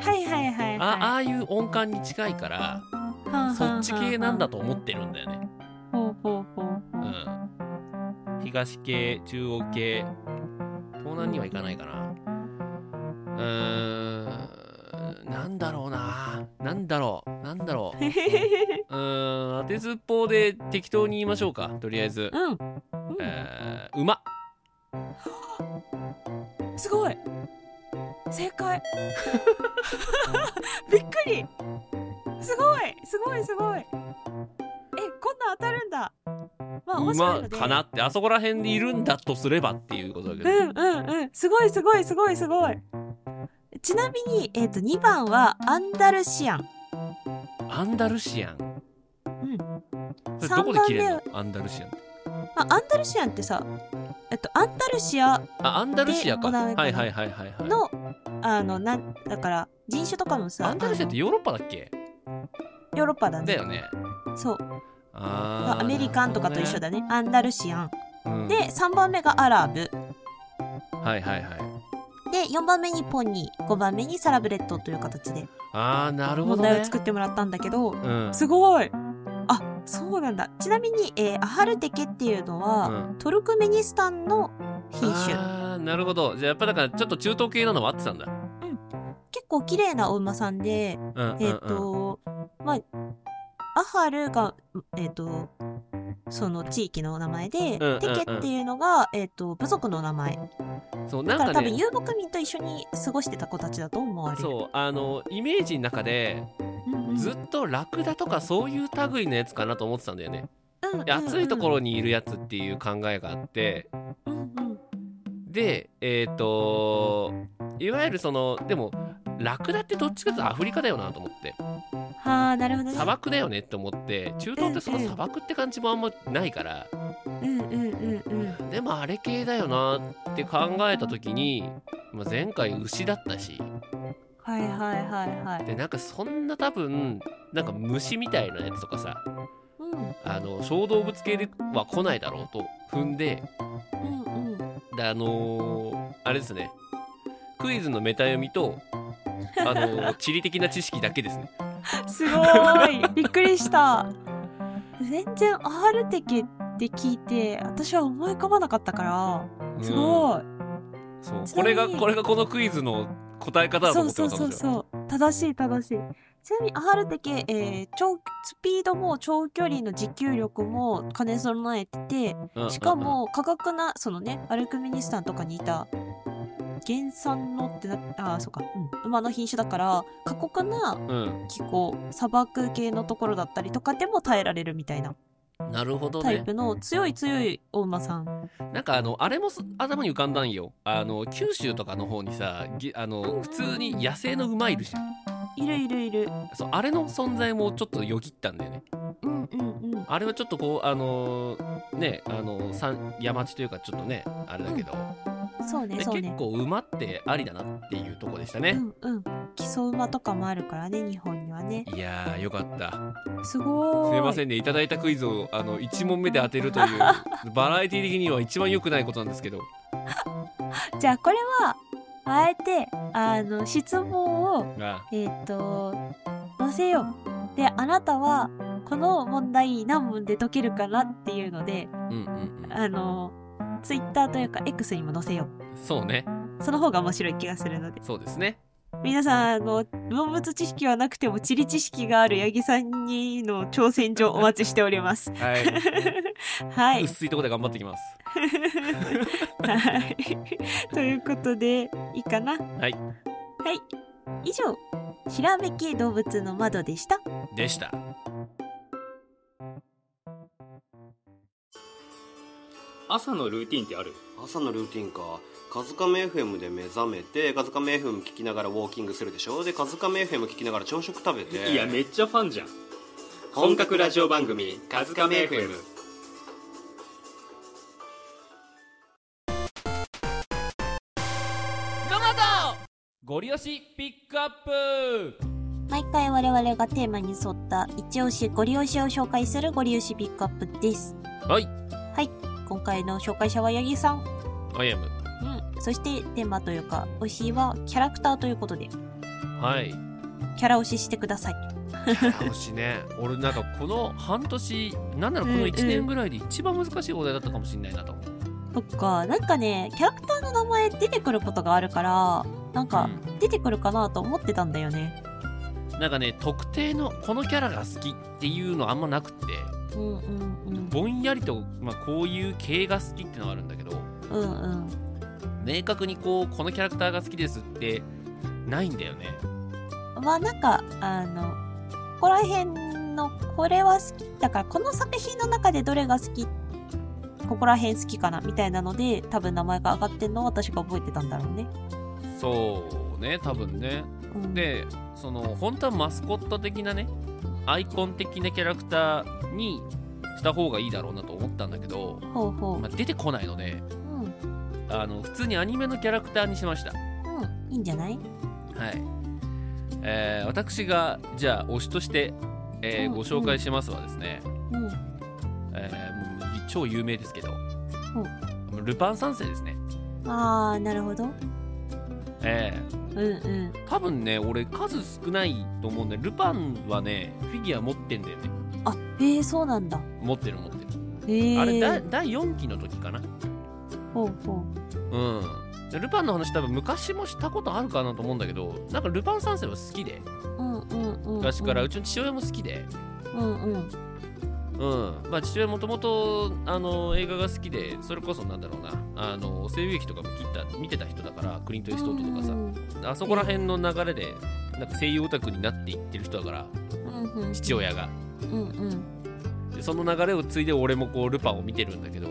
[SPEAKER 2] はいはいはいはい。
[SPEAKER 1] あああいう音感に近いから
[SPEAKER 2] はんはんはん
[SPEAKER 1] そ
[SPEAKER 2] は
[SPEAKER 1] っ
[SPEAKER 2] ん
[SPEAKER 1] ち系なんだと思ってるんだよね
[SPEAKER 2] ほうほうほう
[SPEAKER 1] う
[SPEAKER 2] ほう。
[SPEAKER 1] ん東系中央系東南には行かないかなうーんなんだろうななんだろうなんだ ろううーん当てずっぽうで適当に言いましょうかとりあえず、
[SPEAKER 2] うん。
[SPEAKER 1] えー、馬
[SPEAKER 2] すごい正解 びっくりすごいすごいすごいえ、こんなん当たるんだまあ面白い
[SPEAKER 1] 馬
[SPEAKER 2] ので
[SPEAKER 1] かなってあそこら辺にいるんだとすればっていうことだけど、
[SPEAKER 2] うんうんうんすごいすごいすごいすごいちなみに、えっと2番はアンダルシアン
[SPEAKER 1] アンダルシアン。それどこ
[SPEAKER 2] 3
[SPEAKER 1] で
[SPEAKER 2] 番
[SPEAKER 1] 切れ
[SPEAKER 2] 目
[SPEAKER 1] る
[SPEAKER 2] は、
[SPEAKER 1] のアンダルシアンって。
[SPEAKER 2] あ、アンダルシアンってさえっとアンダルシア
[SPEAKER 1] あ、アンダルシアか。
[SPEAKER 2] でお名
[SPEAKER 1] は
[SPEAKER 2] 前
[SPEAKER 1] い
[SPEAKER 2] かな
[SPEAKER 1] はいはいはいはい。
[SPEAKER 2] のあのなんだから人種とかもさ
[SPEAKER 1] アンダルシアってヨーロッパだっけ
[SPEAKER 2] あのヨーロッパだね
[SPEAKER 1] だよね
[SPEAKER 2] そう
[SPEAKER 1] あ
[SPEAKER 2] ア
[SPEAKER 1] ー
[SPEAKER 2] メリカンとかと一緒だねアンダルシアン、
[SPEAKER 1] うん
[SPEAKER 2] で3番目がアラブ
[SPEAKER 1] はいはいはい
[SPEAKER 2] で4番目にポニー5番目にサラブレッドという形で
[SPEAKER 1] ああなるほ
[SPEAKER 2] 問
[SPEAKER 1] ど
[SPEAKER 2] 題
[SPEAKER 1] ね
[SPEAKER 2] を作ってもらったんだけど、
[SPEAKER 1] うん
[SPEAKER 2] すごいあそうなんだちなみに、えーアハルテケっていうのは、
[SPEAKER 1] うん
[SPEAKER 2] トルクメニスタンの品種
[SPEAKER 1] ああなるほどじゃあやっぱだからちょっと中東系なのは合ってたんだ
[SPEAKER 2] 結構綺麗なお馬さんで、
[SPEAKER 1] うんうんうん
[SPEAKER 2] えっ、とまあアハルがえっ、とその地域の名前で、
[SPEAKER 1] うんうんうん
[SPEAKER 2] テケっていうのが、えっと部族の名前
[SPEAKER 1] そう
[SPEAKER 2] だ
[SPEAKER 1] な
[SPEAKER 2] か
[SPEAKER 1] ん
[SPEAKER 2] ら
[SPEAKER 1] か
[SPEAKER 2] 多
[SPEAKER 1] ね
[SPEAKER 2] 分遊牧民と一緒に過ごしてた子たちだと思われる
[SPEAKER 1] そうあのイメージの中で
[SPEAKER 2] うんうん
[SPEAKER 1] ずっとラクダとかそういう類のやつかなと思ってたんだよね
[SPEAKER 2] うんうんうん
[SPEAKER 1] 暑いところにいるやつっていう考えがあってでえっ、といわゆるそのでもラクダってどっちかというとアフリカだよなと思って
[SPEAKER 2] はあなるほどね
[SPEAKER 1] 砂漠だよねって思って中東ってその砂漠って感じもあんまないから
[SPEAKER 2] うんうんうんうん
[SPEAKER 1] でもあれ系だよなって考えた時に、まあ、前回牛だったし
[SPEAKER 2] はいはいはいはい
[SPEAKER 1] でなんかそんな多分なんか虫みたいなやつとかさ
[SPEAKER 2] うん
[SPEAKER 1] あの小動物系では来ないだろうと踏んで
[SPEAKER 2] うんうん
[SPEAKER 1] であのーあれですねクイズのメタ読みとあの ー地理的な知識だけですね
[SPEAKER 2] すご ーいびっくりした全然アハルテケって聞いて私は思い浮かばなかったからすごい、
[SPEAKER 1] そう
[SPEAKER 2] ち
[SPEAKER 1] こ
[SPEAKER 2] なみ
[SPEAKER 1] れ
[SPEAKER 2] に
[SPEAKER 1] がこれがこのクイズの答え方だと
[SPEAKER 2] そ
[SPEAKER 1] 思
[SPEAKER 2] う
[SPEAKER 1] って
[SPEAKER 2] そ
[SPEAKER 1] ま
[SPEAKER 2] う
[SPEAKER 1] す
[SPEAKER 2] そう
[SPEAKER 1] 私は
[SPEAKER 2] そう正しい正しいちなみにアハルテケ、えー長スピードも長距離の持久力も兼ね備えて
[SPEAKER 1] うん
[SPEAKER 2] てしかも科学なそのねアルクミニスタンとかにいた原産のってなあーそうか、うん、馬の品種だから過酷な
[SPEAKER 1] うん
[SPEAKER 2] 気候砂漠系のところだったりとかでも耐えられるみたいな
[SPEAKER 1] なるほど
[SPEAKER 2] タ
[SPEAKER 1] ね
[SPEAKER 2] イプの強い強いお馬さん、
[SPEAKER 1] なんかあのあれもす頭に浮かんだんよあの九州とかの方にさぎあの普通に野生の馬いるじゃん
[SPEAKER 2] いるいるいる
[SPEAKER 1] そうあれの存在もちょっとよぎったんだよね
[SPEAKER 2] うんうんうん
[SPEAKER 1] あれはちょっとこうあのーねあの山山地というかちょっとねあれだけど、
[SPEAKER 2] そうね
[SPEAKER 1] で
[SPEAKER 2] そう
[SPEAKER 1] 結
[SPEAKER 2] ね
[SPEAKER 1] 構馬ってありだなっていうとこでしたね、
[SPEAKER 2] うんうん競馬とかもあるからね日本にはね
[SPEAKER 1] いやーよかった
[SPEAKER 2] すごーい
[SPEAKER 1] すいませんねいただいたクイズをあの1問目で当てるという バラエティ的には一番良くないことなんですけど
[SPEAKER 2] じゃあこれはあえてあの質問を
[SPEAKER 1] あ
[SPEAKER 2] えっ、と載せようであなたはこの問題何問で解けるかなっていうので
[SPEAKER 1] うんうんうん
[SPEAKER 2] あのツイッターというか X にも載せよ
[SPEAKER 1] そうね
[SPEAKER 2] うその方が面白い気がするので
[SPEAKER 1] そうですね
[SPEAKER 2] 皆さんあの動物知識はなくても地理知識がある八木さんにの挑戦状お待ちしております
[SPEAKER 1] はい、
[SPEAKER 2] は
[SPEAKER 1] うっ
[SPEAKER 2] い
[SPEAKER 1] 薄いとこで頑張ってきます
[SPEAKER 2] はいということでいいかな
[SPEAKER 1] はい
[SPEAKER 2] はい。以上、ひらめき動物の窓でした。
[SPEAKER 1] でした
[SPEAKER 11] 朝のルーティンってある
[SPEAKER 12] 朝のルーティンかカズカメ FM で目覚めてカズカメ FM 聞きながらウォーキングするでしょでカズカメ FM 聞きながら朝食食べて
[SPEAKER 11] いやめっちゃファンじゃん
[SPEAKER 12] 本格ラジオ番組「カズカメ FM」
[SPEAKER 10] 野本ゴリ押しピックアップ
[SPEAKER 2] 毎回我々がテーマに沿った一押しゴリ押しを紹介するゴリ押しピックアップです。
[SPEAKER 1] はい
[SPEAKER 2] はい。今回の紹介者は八木さん。
[SPEAKER 1] アイアム
[SPEAKER 2] うん。そしてテーマというか、推しはキャラクターということで、
[SPEAKER 1] はい
[SPEAKER 2] キャラ推ししてください。
[SPEAKER 1] 楽しいね俺なんかこの半年なんならこ
[SPEAKER 2] うんう
[SPEAKER 1] の
[SPEAKER 2] ん
[SPEAKER 1] 1年ぐらいで一番難しいお題だったかもしれないなと思う
[SPEAKER 2] そっか、なんかね、キャラクターの名前出てくることがあるから、なんか出てくるかなと思ってたんだよね。
[SPEAKER 1] なんかね特定のこのキャラが好きっていうのあんまなくて
[SPEAKER 2] うんうんうん。
[SPEAKER 1] ぼんやりと、まあ、こういう系が好きってのはあるんだけど
[SPEAKER 2] うんうん。
[SPEAKER 1] 明確にこうこのキャラクターが好きですってないんだよね
[SPEAKER 2] はなんかあのここら辺のこれは好きだからこの作品の中でどれが好きここら辺好きかなみたいなので多分名前が上がってんのを私が覚えてたんだろうね
[SPEAKER 1] そうね多分ね、
[SPEAKER 2] うん
[SPEAKER 1] でその本当はマスコット的なねアイコン的なキャラクターにした方がいいだろうなと思ったんだけど、
[SPEAKER 2] ほうほう、
[SPEAKER 1] まあ、出てこないので
[SPEAKER 2] うん
[SPEAKER 1] あの普通にアニメのキャラクターにしました
[SPEAKER 2] うんいいんじゃない
[SPEAKER 1] はい、えー私がじゃあ推しとして、えー
[SPEAKER 2] うん
[SPEAKER 1] ご紹介しますはですね、
[SPEAKER 2] うん。
[SPEAKER 1] えーもう超有名ですけど、ルパン三世ですね、
[SPEAKER 2] ああ、なるほど。
[SPEAKER 1] え
[SPEAKER 2] うんうん。
[SPEAKER 1] ー多分ね俺数少ないと思うんでルパンはねフィギュア持ってんだよね
[SPEAKER 2] あ、えー、そうなんだ。
[SPEAKER 1] 持ってる持ってる、
[SPEAKER 2] えー、
[SPEAKER 1] あれだ第4期の時かな
[SPEAKER 2] ほうほう。
[SPEAKER 1] うんでルパンの話多分昔もしたことあるかなと思うんだけどなんかルパン三世は好きで
[SPEAKER 2] うんうんうん。
[SPEAKER 1] 昔からうちの父親も好きで、
[SPEAKER 2] うんうん。
[SPEAKER 1] うんまあ、父親もともとあの映画が好きでそれこそなんだろうなあの西部劇とかも切った見てた人だからクリント・イーストウッドとかさ、あそこら辺の流れでなんか声優オタクになっていってる人だから
[SPEAKER 2] うんうん。
[SPEAKER 1] 父親が
[SPEAKER 2] うんうん。
[SPEAKER 1] でその流れを継いで俺もこうルパンを見てるんだけど、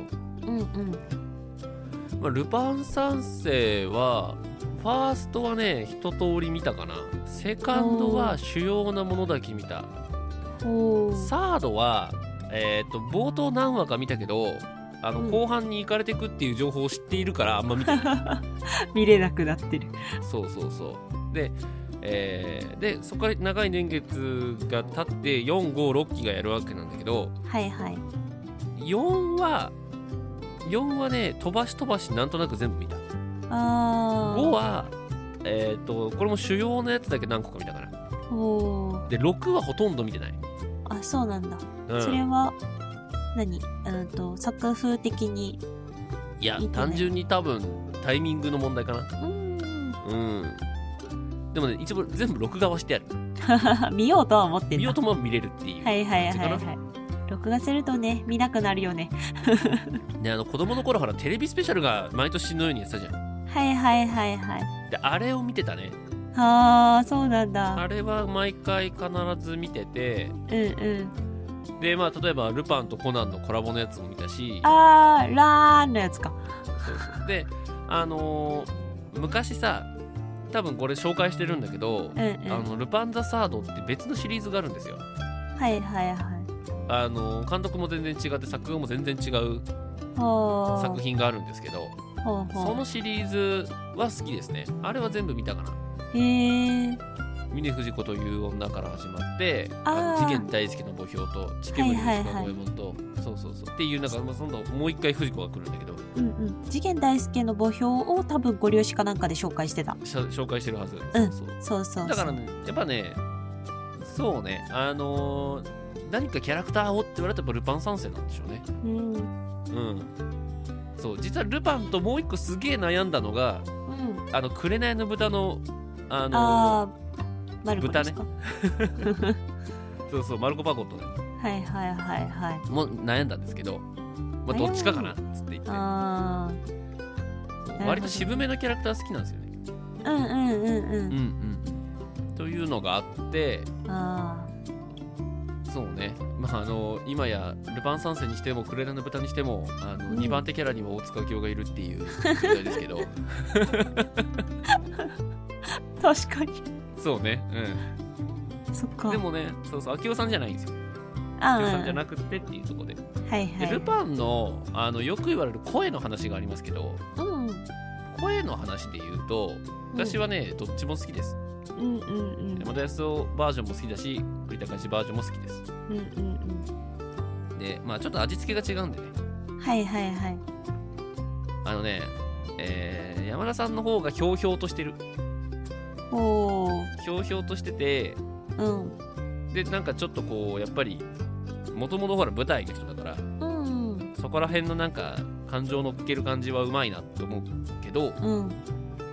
[SPEAKER 2] うんうん。
[SPEAKER 1] まあ、ルパン三世はファーストはね一通り見たかなセカンドは主要なものだけ見た
[SPEAKER 2] ほう。
[SPEAKER 1] サードは、えー、と冒頭何話か見たけどあの、
[SPEAKER 2] うん
[SPEAKER 1] 後半に行かれてくっていう情報を知っているからあんま見て ない
[SPEAKER 2] 見れなくなってる。
[SPEAKER 1] そうそうそうで,、えーでそこから長い年月が経って456期がやるわけなんだけど
[SPEAKER 2] はいはい。
[SPEAKER 1] 4は4はね飛ばし飛ばしなんとなく全部見た
[SPEAKER 2] ああ。
[SPEAKER 1] 5。はえっ、とこれも主要なやつだけ何個か見たかな
[SPEAKER 2] ほう。
[SPEAKER 1] で6はほとんど見てない、
[SPEAKER 2] あ、そうなんだ。
[SPEAKER 1] うん
[SPEAKER 2] それは、何うんと、作風的に。
[SPEAKER 1] いや単純に多分タイミングの問題かなうんでもね一応全部録画はしてある
[SPEAKER 2] 見ようとは思ってんだ
[SPEAKER 1] 見ようとも見れるっていう
[SPEAKER 2] はいはいはい
[SPEAKER 1] 感じか
[SPEAKER 2] はい。録画するとね、見なくなるよね。
[SPEAKER 1] なであの子供の頃ほらテレビスペシャルが毎年のようにやってたじゃん
[SPEAKER 2] はいはいはいはい。
[SPEAKER 1] であれを見てたね
[SPEAKER 2] ああ、そうなんだ。
[SPEAKER 1] あれは毎回必ず見てて
[SPEAKER 2] うんうん。
[SPEAKER 1] でまあ例えばルパンとコナンのコラボのやつも見たし
[SPEAKER 2] あー、ラーのやつか。
[SPEAKER 1] そうそうであのー昔さ多分これ紹介してるんだけど、
[SPEAKER 2] うんうん
[SPEAKER 1] あのルパン・ザ・サードって別のシリーズがあるんですよ
[SPEAKER 2] はいはいはい。
[SPEAKER 1] あの監督も全然違って作画も全然違う
[SPEAKER 2] ほう。
[SPEAKER 1] 作品があるんですけど
[SPEAKER 2] ほうほう。
[SPEAKER 1] そのシリーズは好きですねあれは全部見たかな
[SPEAKER 2] へー。
[SPEAKER 1] 峰不二子という女から始まって
[SPEAKER 2] あー
[SPEAKER 1] 次元大好きの墓標とチケブリの人の萌えもんと、そうそうそうっていうなんか、まあ、そのもう一回不二子が来るんだけど
[SPEAKER 2] うんうん。次元大介の墓標を多分ご両親かなんかで紹介してた。
[SPEAKER 1] しゃ紹介してるはず、
[SPEAKER 2] うん。
[SPEAKER 1] そう
[SPEAKER 2] そうそう。
[SPEAKER 1] だからねやっぱねそうねあのー何かキャラクターをって言われたらやっぱルパン三世なんでしょうね
[SPEAKER 2] うん。
[SPEAKER 1] うんそう実はルパンともう一個すげえ悩んだのが
[SPEAKER 2] うん。
[SPEAKER 1] あの紅の豚のあの
[SPEAKER 2] あー、マルコ
[SPEAKER 1] 豚
[SPEAKER 2] です
[SPEAKER 1] ね
[SPEAKER 2] か。
[SPEAKER 1] そうそうマルコ・パコットね
[SPEAKER 2] はいはいはいはい。
[SPEAKER 1] も悩んだんですけど、まあ、どっちかかなっつって言って
[SPEAKER 2] あー。なるほど
[SPEAKER 1] 割と渋めのキャラクター好きなんですよね
[SPEAKER 2] うんうんうんう
[SPEAKER 1] うん
[SPEAKER 2] ん。
[SPEAKER 1] うんというのがあって
[SPEAKER 2] あ
[SPEAKER 1] そうねまああの今やルパン三世にしても紅の豚にしてもあの、
[SPEAKER 2] うん
[SPEAKER 1] 2番手キャラにも大塚教がいるって いう状態ですけど
[SPEAKER 2] ー。確かに。
[SPEAKER 1] そうね
[SPEAKER 2] そっ
[SPEAKER 1] う
[SPEAKER 2] か。
[SPEAKER 1] んでもねそうそう明夫さんじゃないんですよ
[SPEAKER 2] あ
[SPEAKER 1] 明夫さんじゃ
[SPEAKER 2] ー。
[SPEAKER 1] なくてっていうところで
[SPEAKER 2] はい
[SPEAKER 1] で
[SPEAKER 2] はい
[SPEAKER 1] ル。パンのあのよく言われる声の話がありますけど
[SPEAKER 2] うん。うん
[SPEAKER 1] 声の話で言うと私はね、どっちも好きです
[SPEAKER 2] うんうん。
[SPEAKER 1] 山田康夫バージョンも好きだし栗田氏バージョンも好きです
[SPEAKER 2] うんうん
[SPEAKER 1] でまあちょっと味付けが違うんでね
[SPEAKER 2] うん。はいはいはい。
[SPEAKER 1] あのね、えー山田さんの方がひょうひょうとしてる
[SPEAKER 2] おー。
[SPEAKER 1] ひょうひょうとしてて
[SPEAKER 2] うん。
[SPEAKER 1] でなんかちょっとこうやっぱりもともとほら舞台の人だから
[SPEAKER 2] うんうん。
[SPEAKER 1] そこら辺のなんか感情乗っける感じはうまいなって思うけど
[SPEAKER 2] うん。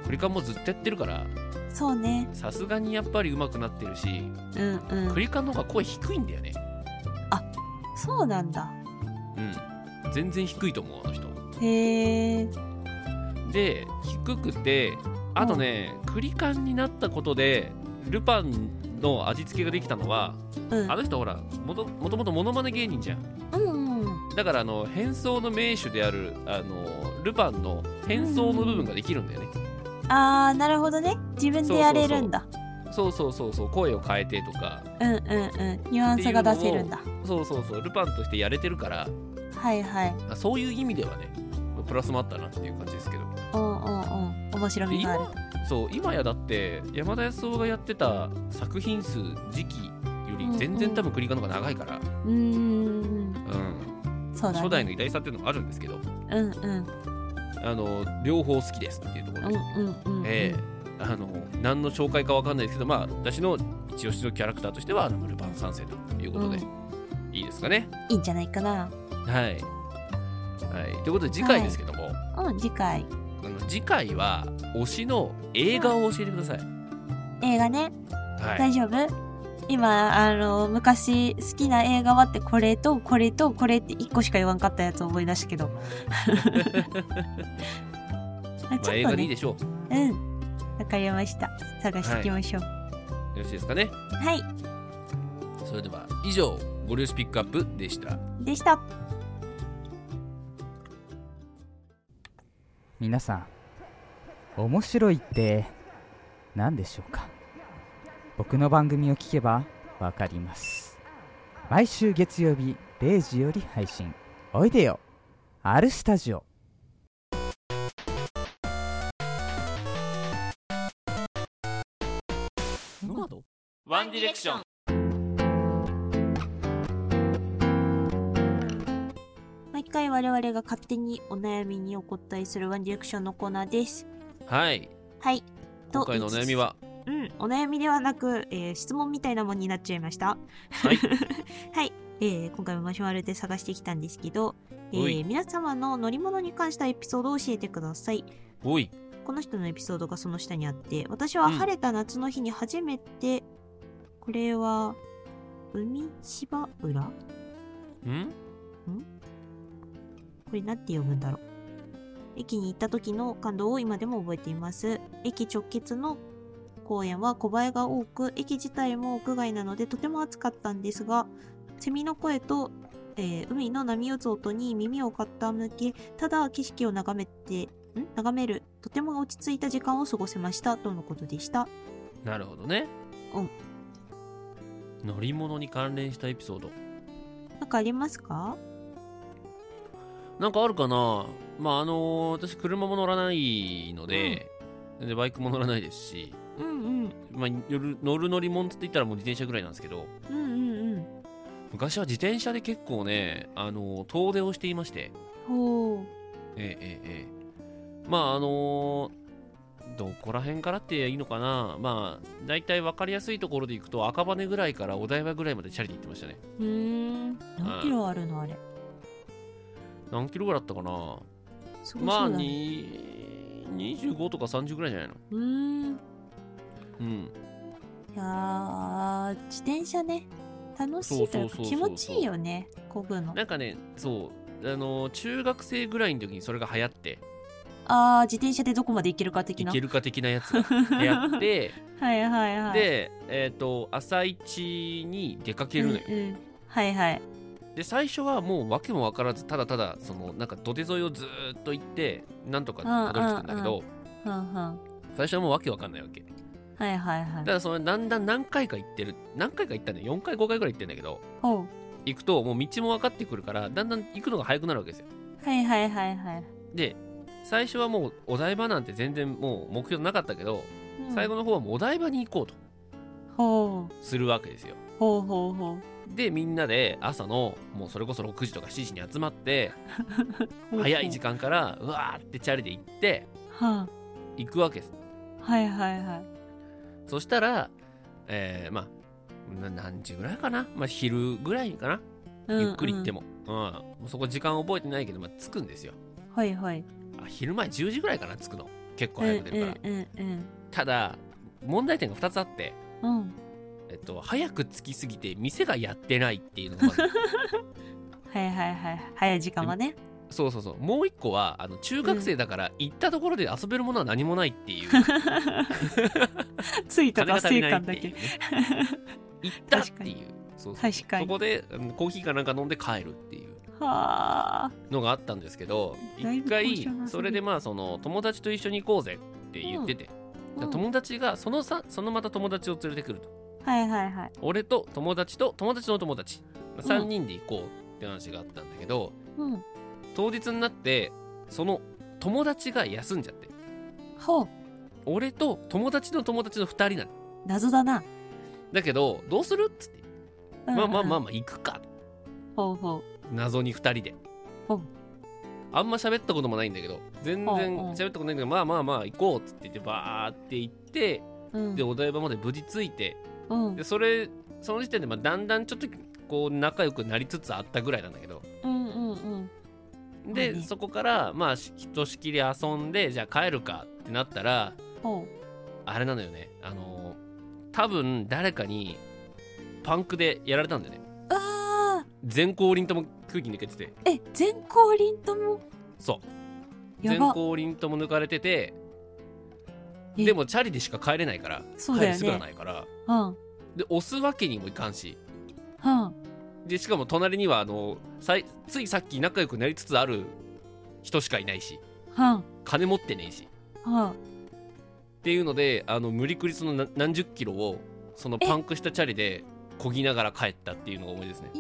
[SPEAKER 1] クリカンもずっとやってるから
[SPEAKER 2] そうね。
[SPEAKER 1] さすがにやっぱり上手くなってるし
[SPEAKER 2] うんうん
[SPEAKER 1] ク。リカンの方が声低いんだよね
[SPEAKER 2] そうなんだ。
[SPEAKER 1] うん全然低いと思うあの人
[SPEAKER 2] へえ。
[SPEAKER 1] で低くてあとねクリカンになったことでルパンの味付けができたのは、
[SPEAKER 2] うん
[SPEAKER 1] あの人ほらもともともとモノマネ芸人じゃん
[SPEAKER 2] うんうん。
[SPEAKER 1] だからあの変装の名手であるあのルパンの変装の部分ができるんだよね、
[SPEAKER 2] あー、なるほどね。自分でやれるんだ。
[SPEAKER 1] そうそうそうそう声を変えてとか
[SPEAKER 2] うんうんうん。ニュアンスが出せるんだ。
[SPEAKER 1] そうそうそうルパンとしてやれてるから
[SPEAKER 2] はいはい。
[SPEAKER 1] あそういう意味ではねプラスもあったなっていう感じですけど
[SPEAKER 2] うんうんうん。面白みがある
[SPEAKER 1] そう今やだって山田康夫がやってた作品数時期より全然多分クリカの方が長いから、
[SPEAKER 2] うーん
[SPEAKER 1] うん
[SPEAKER 2] そうだね
[SPEAKER 1] 初代の偉大さっていうのもあるんですけど
[SPEAKER 2] うんうん
[SPEAKER 1] あの両方好きですっていうところで、
[SPEAKER 2] うんうんうん
[SPEAKER 1] ええあの何の紹介かわかんないですけど、まあ、私の一押しのキャラクターとしてはあのルパン三世ということで、いいですかね。
[SPEAKER 2] いいんじゃないかな
[SPEAKER 1] はい、はい、ということで次回ですけども、
[SPEAKER 2] うん次回
[SPEAKER 1] あの次回は推しの映画を教えてください。
[SPEAKER 2] 映画ね、
[SPEAKER 1] はい
[SPEAKER 2] 大丈夫今あの昔好きな映画はってこれとこれとこれって1個しか言わんかったやつ思い出したけ ど
[SPEAKER 1] まあ、映画でいいでしょ
[SPEAKER 2] うんわかりました探していきましょう
[SPEAKER 1] う。よろしいですかね。
[SPEAKER 2] はい、
[SPEAKER 1] それでは以上ゴリ押しピックアップでした。
[SPEAKER 2] でした
[SPEAKER 13] 皆さん面白いって何でしょうか僕の番組を聞けばわかります毎週月曜日0時より配信おいでよ R スタジオ
[SPEAKER 11] ワンディレクション
[SPEAKER 2] 毎回我々が勝手にお悩みにお答えするワンディレクションのコーナーです
[SPEAKER 1] はい。
[SPEAKER 2] はいと
[SPEAKER 1] 今回のお悩みは
[SPEAKER 2] うん、お悩みではなく、えー質問みたいなもんになっちゃいました。 はい。えー今回もマシュマロで探してきたんですけど、えー
[SPEAKER 1] おい
[SPEAKER 2] 皆様の乗り物に関したエピソードを教えてください。
[SPEAKER 1] おい
[SPEAKER 2] この人のエピソードがその下にあって、私は晴れた夏の日に初めて、これは、海芝浦こ
[SPEAKER 1] ん
[SPEAKER 2] れなんて読むんだろう。駅に行った時の感動を今でも覚えています。駅直結の公園は小映えが多く、駅自体も屋外なのでとても暑かったんですが、セミの声と、えー海の波打つ音に耳を傾け、ただ景色を眺めて、ん眺める、とても落ち着いた時間を過ごせました、とのことでした。
[SPEAKER 1] なるほどね。
[SPEAKER 2] うん。
[SPEAKER 1] 乗り物に関連したエピソード。
[SPEAKER 2] なんかありますか
[SPEAKER 1] なんかあるかなまああの私車も乗らないので、でバイクも乗らないですし、
[SPEAKER 2] うんうん。
[SPEAKER 1] まあ、夜乗る乗り物って言ったらもう自転車ぐらいなんですけど
[SPEAKER 2] うんうんうん。
[SPEAKER 1] 昔は自転車で結構ね、あの遠出をしていまして
[SPEAKER 2] ほう。
[SPEAKER 1] ええええええまああのどこら辺からっていいのかなまあ大体分かりやすいところで行くと赤羽ぐらいからお台場ぐらいまでチャリで行ってましたね
[SPEAKER 2] うーん。何キロあるのあれ。
[SPEAKER 1] 何キロぐらいだったかな
[SPEAKER 2] すごい
[SPEAKER 1] ま
[SPEAKER 2] そ
[SPEAKER 1] あ
[SPEAKER 2] うだね
[SPEAKER 1] に25とか30ぐらいじゃないの
[SPEAKER 2] うーん。
[SPEAKER 1] うん
[SPEAKER 2] いやー、自転車ね。楽しいというか
[SPEAKER 1] そうそうそうそう
[SPEAKER 2] 気持ちいいよね、こぐの。
[SPEAKER 1] なんかねそうあの中学生ぐらいの時にそれが流行って
[SPEAKER 2] あー、自転車でどこまで行けるか的
[SPEAKER 1] 行
[SPEAKER 2] な。
[SPEAKER 1] けるか的なやつが流行って
[SPEAKER 2] はい はいはい。
[SPEAKER 1] でえっ、と朝一に出かけるのよ、
[SPEAKER 2] うんうんはいはい。
[SPEAKER 1] で最初はもう訳も分からずただただそのなんか土手沿いをずーっと行ってなんとかたどり着くんだけど
[SPEAKER 2] うんうん。
[SPEAKER 1] 最初はもう訳分かんないわけ
[SPEAKER 2] はいはいは
[SPEAKER 1] た
[SPEAKER 2] い。
[SPEAKER 1] だそのだんだん何回か行ってる何回か行ったんだよ4回5回ぐらい行ってんだけど
[SPEAKER 2] ほう。
[SPEAKER 1] 行くともう道も分かってくるからだんだん行くのが早くなるわけですよ
[SPEAKER 2] はいはいはいはい。
[SPEAKER 1] で最初はもうお台場なんて全然もう目標なかったけど、
[SPEAKER 2] うん
[SPEAKER 1] 最後の方はもうお台場に行こうと
[SPEAKER 2] ほう。
[SPEAKER 1] するわけですよ
[SPEAKER 2] ほうほうほう。
[SPEAKER 1] でみんなで朝のもうそれこそ6時とか7時に集まって早い時間からうわーってチャリで行って
[SPEAKER 2] は
[SPEAKER 1] 行くわけです
[SPEAKER 2] あ、はいはいはい。
[SPEAKER 1] そしたらえー、まあな何時ぐらいかな、まあ、昼ぐらいかな、
[SPEAKER 2] うん
[SPEAKER 1] ゆっくり行っても、うん、もうそこ時間覚えてないけど、まあ、着くんですよ
[SPEAKER 2] はいはい。
[SPEAKER 1] あ昼前10時ぐらいかな着くの結構早く出るから、
[SPEAKER 2] うんうんうん
[SPEAKER 1] ただ問題点が2つあって
[SPEAKER 2] うん。うん。
[SPEAKER 1] えっと、早く着きすぎて店がやってないっていうのが まず
[SPEAKER 2] はいはいはい。早い時間はね。
[SPEAKER 1] そうそうそうもう一個はあの中学生だから行ったところで遊べるものは何もないって いう
[SPEAKER 2] ついた
[SPEAKER 1] 金が
[SPEAKER 2] 達
[SPEAKER 1] 足り
[SPEAKER 2] 成
[SPEAKER 1] ないっ
[SPEAKER 2] 感
[SPEAKER 1] て
[SPEAKER 2] だ
[SPEAKER 1] いう
[SPEAKER 2] け
[SPEAKER 1] ね。 行ったっていうそうそう
[SPEAKER 2] 確かに
[SPEAKER 1] そこでうんコーヒーかなんか飲んで帰るっていう
[SPEAKER 2] はあ。
[SPEAKER 1] のがあったんですけど
[SPEAKER 2] だい
[SPEAKER 1] 一
[SPEAKER 2] ぶ高
[SPEAKER 1] 回
[SPEAKER 2] 尚な遊び
[SPEAKER 1] それでまあその友達と一緒に行こうぜって言ってて、
[SPEAKER 2] うん
[SPEAKER 1] だ
[SPEAKER 2] うん
[SPEAKER 1] 友達がそのさそのまた友達を連れてくると
[SPEAKER 2] はいはいはい。
[SPEAKER 1] 俺と友達と友達の友達
[SPEAKER 2] ん
[SPEAKER 1] 3人で行こうって話があったんだけど、
[SPEAKER 2] うん。
[SPEAKER 1] 当日になってその友達が休んじゃって
[SPEAKER 2] ほう
[SPEAKER 1] 俺と友達の友達の2人なの
[SPEAKER 2] 謎だな
[SPEAKER 1] だけどどうするっつって、
[SPEAKER 2] うん
[SPEAKER 1] まあまあまあまあ行くか
[SPEAKER 2] ほうほ
[SPEAKER 1] 謎に2人で
[SPEAKER 2] うん
[SPEAKER 1] あんま喋ったこともないんだけど全然
[SPEAKER 2] うんうん
[SPEAKER 1] 喋ったことないんだけどまあまあまあ行こうっつって言ってバーって行って、
[SPEAKER 2] ううん
[SPEAKER 1] でお台場まで無事着いて
[SPEAKER 2] うん
[SPEAKER 1] でそれその時点でまあだんだんちょっとこう仲良くなりつつあったぐらいなんだけど
[SPEAKER 2] うんうんうん
[SPEAKER 1] で、そこからまあしひとしきり遊んでじゃあ帰るかってなったら
[SPEAKER 2] ほ
[SPEAKER 1] あれなのよねあの多分誰かにパンクでやられたんだよね
[SPEAKER 2] うあ
[SPEAKER 1] 全後輪とも空気抜けてて
[SPEAKER 2] ーえ全降臨とも
[SPEAKER 1] そう
[SPEAKER 2] やば
[SPEAKER 1] 全後輪とも抜かれててでもチャリでしか帰れないから、
[SPEAKER 2] そう
[SPEAKER 1] 帰
[SPEAKER 2] だよ
[SPEAKER 1] る
[SPEAKER 2] ね
[SPEAKER 1] すぐはないから
[SPEAKER 2] うん
[SPEAKER 1] で押すわけにもいかんし
[SPEAKER 2] うん
[SPEAKER 1] でしかも隣にはあのさいついさっき仲良くなりつつある人しかいないし
[SPEAKER 2] うん
[SPEAKER 1] 金持ってねえし
[SPEAKER 2] うん
[SPEAKER 1] っていうのであの無理くりそのな何十キロをそのパンクしたチャリで漕ぎながら帰ったっていうのが思いですね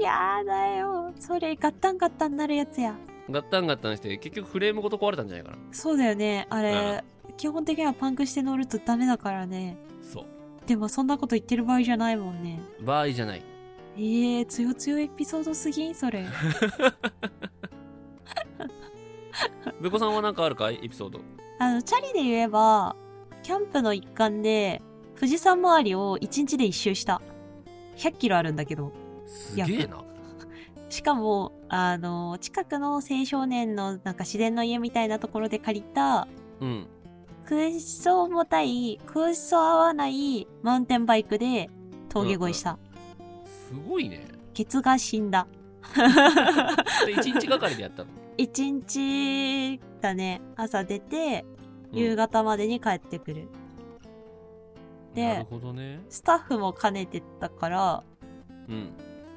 [SPEAKER 2] いやだよそれガッタンガッタンなるやつや
[SPEAKER 1] ガッタンガッタンして結局フレームごと壊れたんじゃないかな
[SPEAKER 2] そうだよねあれ基本的にはパンクして乗るとダメだからね
[SPEAKER 1] そう
[SPEAKER 2] でもそんなこと言ってる場合じゃないもんね
[SPEAKER 1] 場合じゃない
[SPEAKER 2] ええー、強強エピソードすぎんそれ
[SPEAKER 1] べこさんは何かあるかいエピソード
[SPEAKER 2] あのチャリで言えばキャンプの一環で富士山周りを1日で一周した1 0 0キロあるんだけど
[SPEAKER 1] すげえな
[SPEAKER 2] しかもあの近くの青少年のなんか自然の家みたいなところで借りた
[SPEAKER 1] うん
[SPEAKER 2] 空想重たい空想合わないマウンテンバイクで峠越えした、
[SPEAKER 1] すごいね
[SPEAKER 2] ケツが死んだ
[SPEAKER 1] それ一日がかりでやったの
[SPEAKER 2] 一日だね朝出て
[SPEAKER 1] うん
[SPEAKER 2] 夕方までに帰ってくる、
[SPEAKER 1] なる
[SPEAKER 2] で
[SPEAKER 1] ほどね
[SPEAKER 2] スタッフも兼ねてたから
[SPEAKER 1] うん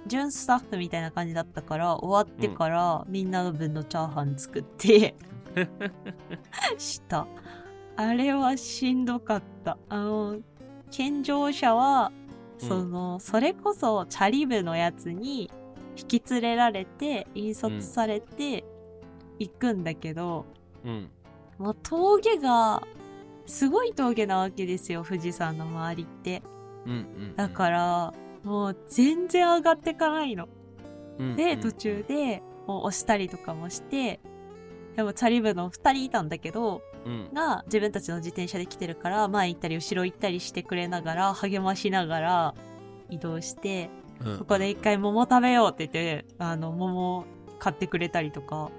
[SPEAKER 2] 準スタッフみたいな感じだったから終わってから、みんなの分のチャーハン作ってしたあれはしんどかったあの健常者はその、それこそチャリ部のやつに引き連れられて引率されて行くんだけど、
[SPEAKER 1] うん
[SPEAKER 2] もう峠がすごい峠なわけですよ富士山の周りって
[SPEAKER 1] うんうん
[SPEAKER 2] だからもう全然上がってかないの。
[SPEAKER 1] うん
[SPEAKER 2] で途中でもう押したりとかもしてでもチャリ部の2人いたんだけど
[SPEAKER 1] うん
[SPEAKER 2] が自分たちの自転車で来てるから前行ったり後ろ行ったりしてくれながら励ましながら移動して、
[SPEAKER 1] うん
[SPEAKER 2] ここで一回桃食べようって言ってあの桃買ってくれたりとか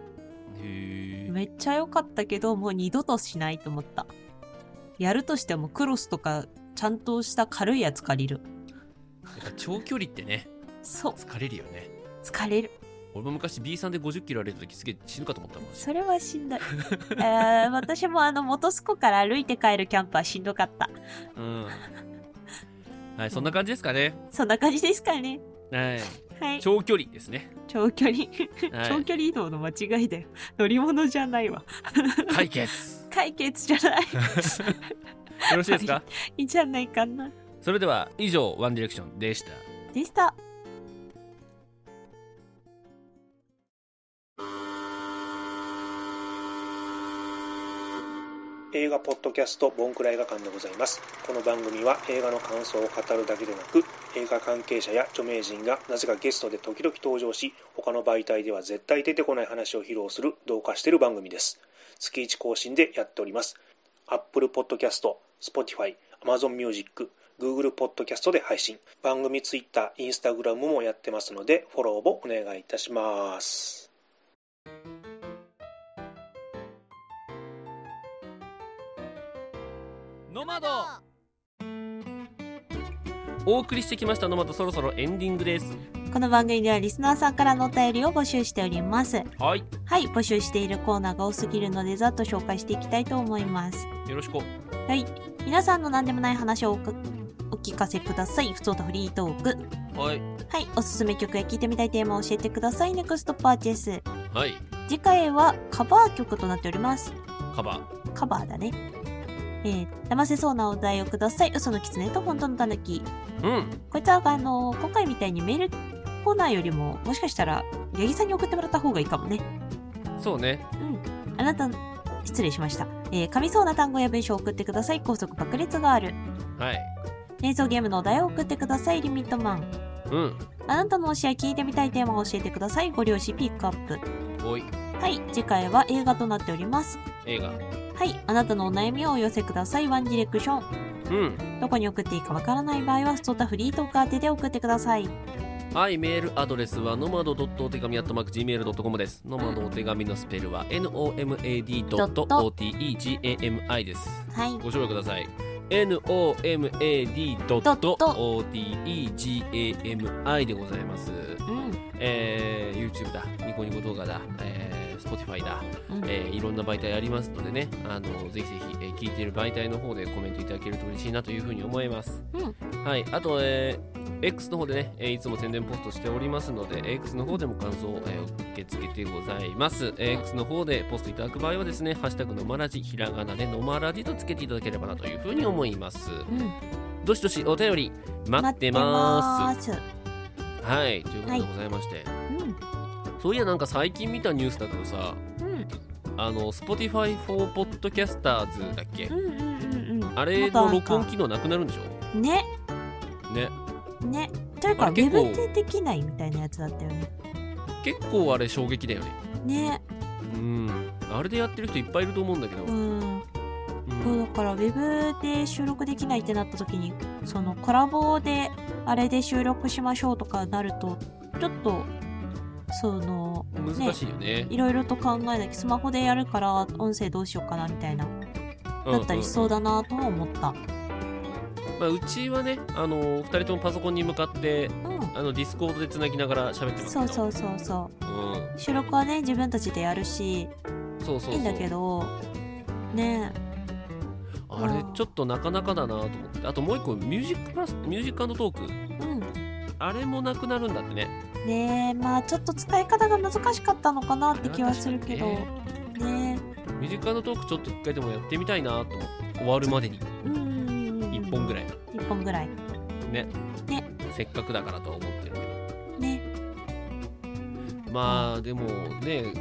[SPEAKER 2] めっちゃ良かったけどもう二度としないと思ったやるとしてもクロスとかちゃんとした軽いやつ借りる
[SPEAKER 1] やっぱ長距離ってね
[SPEAKER 2] そう
[SPEAKER 1] 疲れるよね
[SPEAKER 2] 疲れる
[SPEAKER 1] 俺も昔 B さんで50キロ歩いた時すげえ死ぬかと思ったもん
[SPEAKER 2] それはしんどい、 えー私もあの元栖湖から歩いて帰るキャンプはしんどかった
[SPEAKER 1] うんはいそんな感じですかね
[SPEAKER 2] そんな感じですかね
[SPEAKER 1] はい
[SPEAKER 2] はい
[SPEAKER 1] 長距離ですね
[SPEAKER 2] 長距離、
[SPEAKER 1] はい
[SPEAKER 2] 長距離移動の間違いだよ乗り物じゃないわ
[SPEAKER 1] 解決
[SPEAKER 2] 解決じ ゃない
[SPEAKER 1] よろしいですか
[SPEAKER 2] いいんじゃないかな
[SPEAKER 1] それでは以上ワンディレクションでした
[SPEAKER 2] でした
[SPEAKER 14] 映画ポッドキャストボンクラ映画館でございますこの番組は映画の感想を語るだけでなく映画関係者や著名人がなぜかゲストで時々登場し他の媒体では絶対出てこない話を披露する同化している番組です月1更新でやっております Apple Podcast、Spotify、Amazon Music、Google Podcast で配信番組 Twitter、Instagram もやってますのでフォローをお願いいたします
[SPEAKER 11] ノマド
[SPEAKER 1] お送りしてきましたのまとそろそろエンディングです
[SPEAKER 2] この番組ではリスナーさんからのお便りを募集しております
[SPEAKER 1] はい
[SPEAKER 2] はい募集しているコーナーが多すぎるのでざっと紹介していきたいと思います
[SPEAKER 1] よろしく
[SPEAKER 2] はい皆さんの何でもない話をおかお聞かせくださいふつおたフリートーク
[SPEAKER 1] はい
[SPEAKER 2] はいおすすめ曲や聴いてみたいテーマを教えてくださいネクストパーチェス
[SPEAKER 1] はい
[SPEAKER 2] 次回はカバー曲となっております
[SPEAKER 1] カバ
[SPEAKER 2] カバーだねえー、騙せそうなお題をください嘘の狐と本当のタヌキ
[SPEAKER 1] ーうん
[SPEAKER 2] こいつはあの今回みたいにメールコーナーよりももしかしたら八木さんに送ってもらった方がいいかもね
[SPEAKER 1] そうね
[SPEAKER 2] あなた失礼しました。えー、噛みそうな単語や文章を送ってください。高速爆裂がある。
[SPEAKER 1] はい。
[SPEAKER 2] 連想ゲームのお題を送ってください。リミットマン。
[SPEAKER 1] うん。
[SPEAKER 2] あなたの推しや聞いてみたいテーマを教えてください。ご両親ピックアップ。
[SPEAKER 1] おい。
[SPEAKER 2] はい。次回は映画となっております。
[SPEAKER 1] 映画。
[SPEAKER 2] はい。あなたのお悩みをお寄せください。ワンディレクション。
[SPEAKER 1] うん。
[SPEAKER 2] どこに送っていいかわからない場合は、ストータフリートーク宛てで送ってください。
[SPEAKER 1] はい、メールアドレスは nomad. お手紙 .gmail.com です。nomad お手紙のスペルは nomad.otegami です。
[SPEAKER 2] はい
[SPEAKER 1] ご紹介ください。nomad.otegami でございます。えー、YouTube だ、ニコニコ動画だ、えー、Spotify だ、
[SPEAKER 2] うん
[SPEAKER 1] えーいろんな媒体ありますのでね、あのぜひぜひ、えー聞いている媒体の方でコメントいただけると嬉しいなというふうに思います。はい、あと、えー X の方でね、えーいつも宣伝ポストしておりますので、X の方でも感想を、えー受け付けてございます。えー X の方でポストいただく場合はですね、ハッシュタグのまらじ、ひらがなでのまらじとつけていただければなというふうに思います。どしどしお便り待ってま。
[SPEAKER 2] 待ってます
[SPEAKER 1] はい、ということでございまして、そういやなんか最近見たニュースだけどさ、
[SPEAKER 2] うん
[SPEAKER 1] あの Spotify for Podcasters だっけ、
[SPEAKER 2] うんうんうんうん。
[SPEAKER 1] あれの録音機能なくなるんでしょ
[SPEAKER 2] ね。
[SPEAKER 1] ね。
[SPEAKER 2] ね。というか、
[SPEAKER 1] あ
[SPEAKER 2] ウ
[SPEAKER 1] れ結
[SPEAKER 2] ェ
[SPEAKER 1] 構
[SPEAKER 2] ブでできないみたいなやつだったよね。
[SPEAKER 1] 結構あれ衝撃だよね。
[SPEAKER 2] ね。
[SPEAKER 1] うん。あれでやってる人いっぱいいると思うんだけど。
[SPEAKER 2] うん。そうだから、ウェブで収録できないってなった時に、そのコラボであれで収録しましょうとかなると、ちょっと、その、
[SPEAKER 1] 難しいよね
[SPEAKER 2] いろいろと考えなきゃ、スマホでやるから音声どうしようかなみたいな、だったりしそう
[SPEAKER 1] だ。
[SPEAKER 2] だなとも思った。
[SPEAKER 1] まあ、うちはね、あの、二人ともパソコンに向かって、あの、ディスコードで繋ぎながら喋ってますけ
[SPEAKER 2] そ
[SPEAKER 1] ど。
[SPEAKER 2] うそうそうそう。
[SPEAKER 1] うん。
[SPEAKER 2] 収録はね自分たちでやるし
[SPEAKER 1] そうそうそう。
[SPEAKER 2] いいんだけどね
[SPEAKER 1] あれ、ちょっとなかなかだなと思って。あともう一個、ミュージックプラス、ミュージックトーク。
[SPEAKER 2] えうん
[SPEAKER 1] あれもなくなるんだってね。
[SPEAKER 2] ねえまあちょっと使い方が難しかったのかなって気はするけど
[SPEAKER 1] ね
[SPEAKER 2] ね
[SPEAKER 1] ミュージックトークちょっと一回でもやってみたいなと思って。終わるまでに。
[SPEAKER 2] えうんうんうん
[SPEAKER 1] 一本ぐらい。
[SPEAKER 2] 1本ぐらい
[SPEAKER 1] ね。
[SPEAKER 2] ね
[SPEAKER 1] せっかくだからとは思ってるけど。
[SPEAKER 2] ね
[SPEAKER 1] まあでもね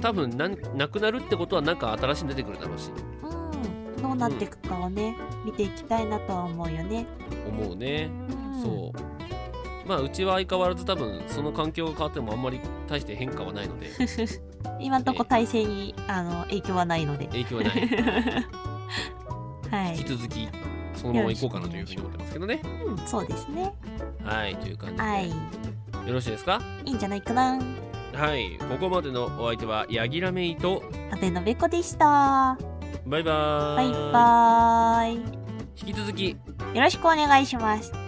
[SPEAKER 1] 多分なんなくなるってことはなんか新しいの出てくるだろうし
[SPEAKER 2] うんどうなっていくかをね見ていきたいなとは思うよね
[SPEAKER 1] 思うね、
[SPEAKER 2] ん
[SPEAKER 1] そうまあうちは相変わらず多分その環境が変わってもあんまり大して変化はないの で
[SPEAKER 2] 今んとこ体制にあの影 響はないので
[SPEAKER 1] 影響はない
[SPEAKER 2] はい
[SPEAKER 1] 引き続きそのまま行こうかなというふうに思ってますけどね
[SPEAKER 2] うんそうですね
[SPEAKER 1] はいという感じで、
[SPEAKER 2] はい
[SPEAKER 1] よろしいですか
[SPEAKER 2] いいんじゃないかな
[SPEAKER 1] はいここまでのお相手はヤギラメイと
[SPEAKER 2] 阿部のべこでした
[SPEAKER 1] バイバ
[SPEAKER 2] バ
[SPEAKER 1] ー
[SPEAKER 2] イ
[SPEAKER 1] イ
[SPEAKER 2] バーイ
[SPEAKER 1] 引き続き
[SPEAKER 2] よろしくお願いします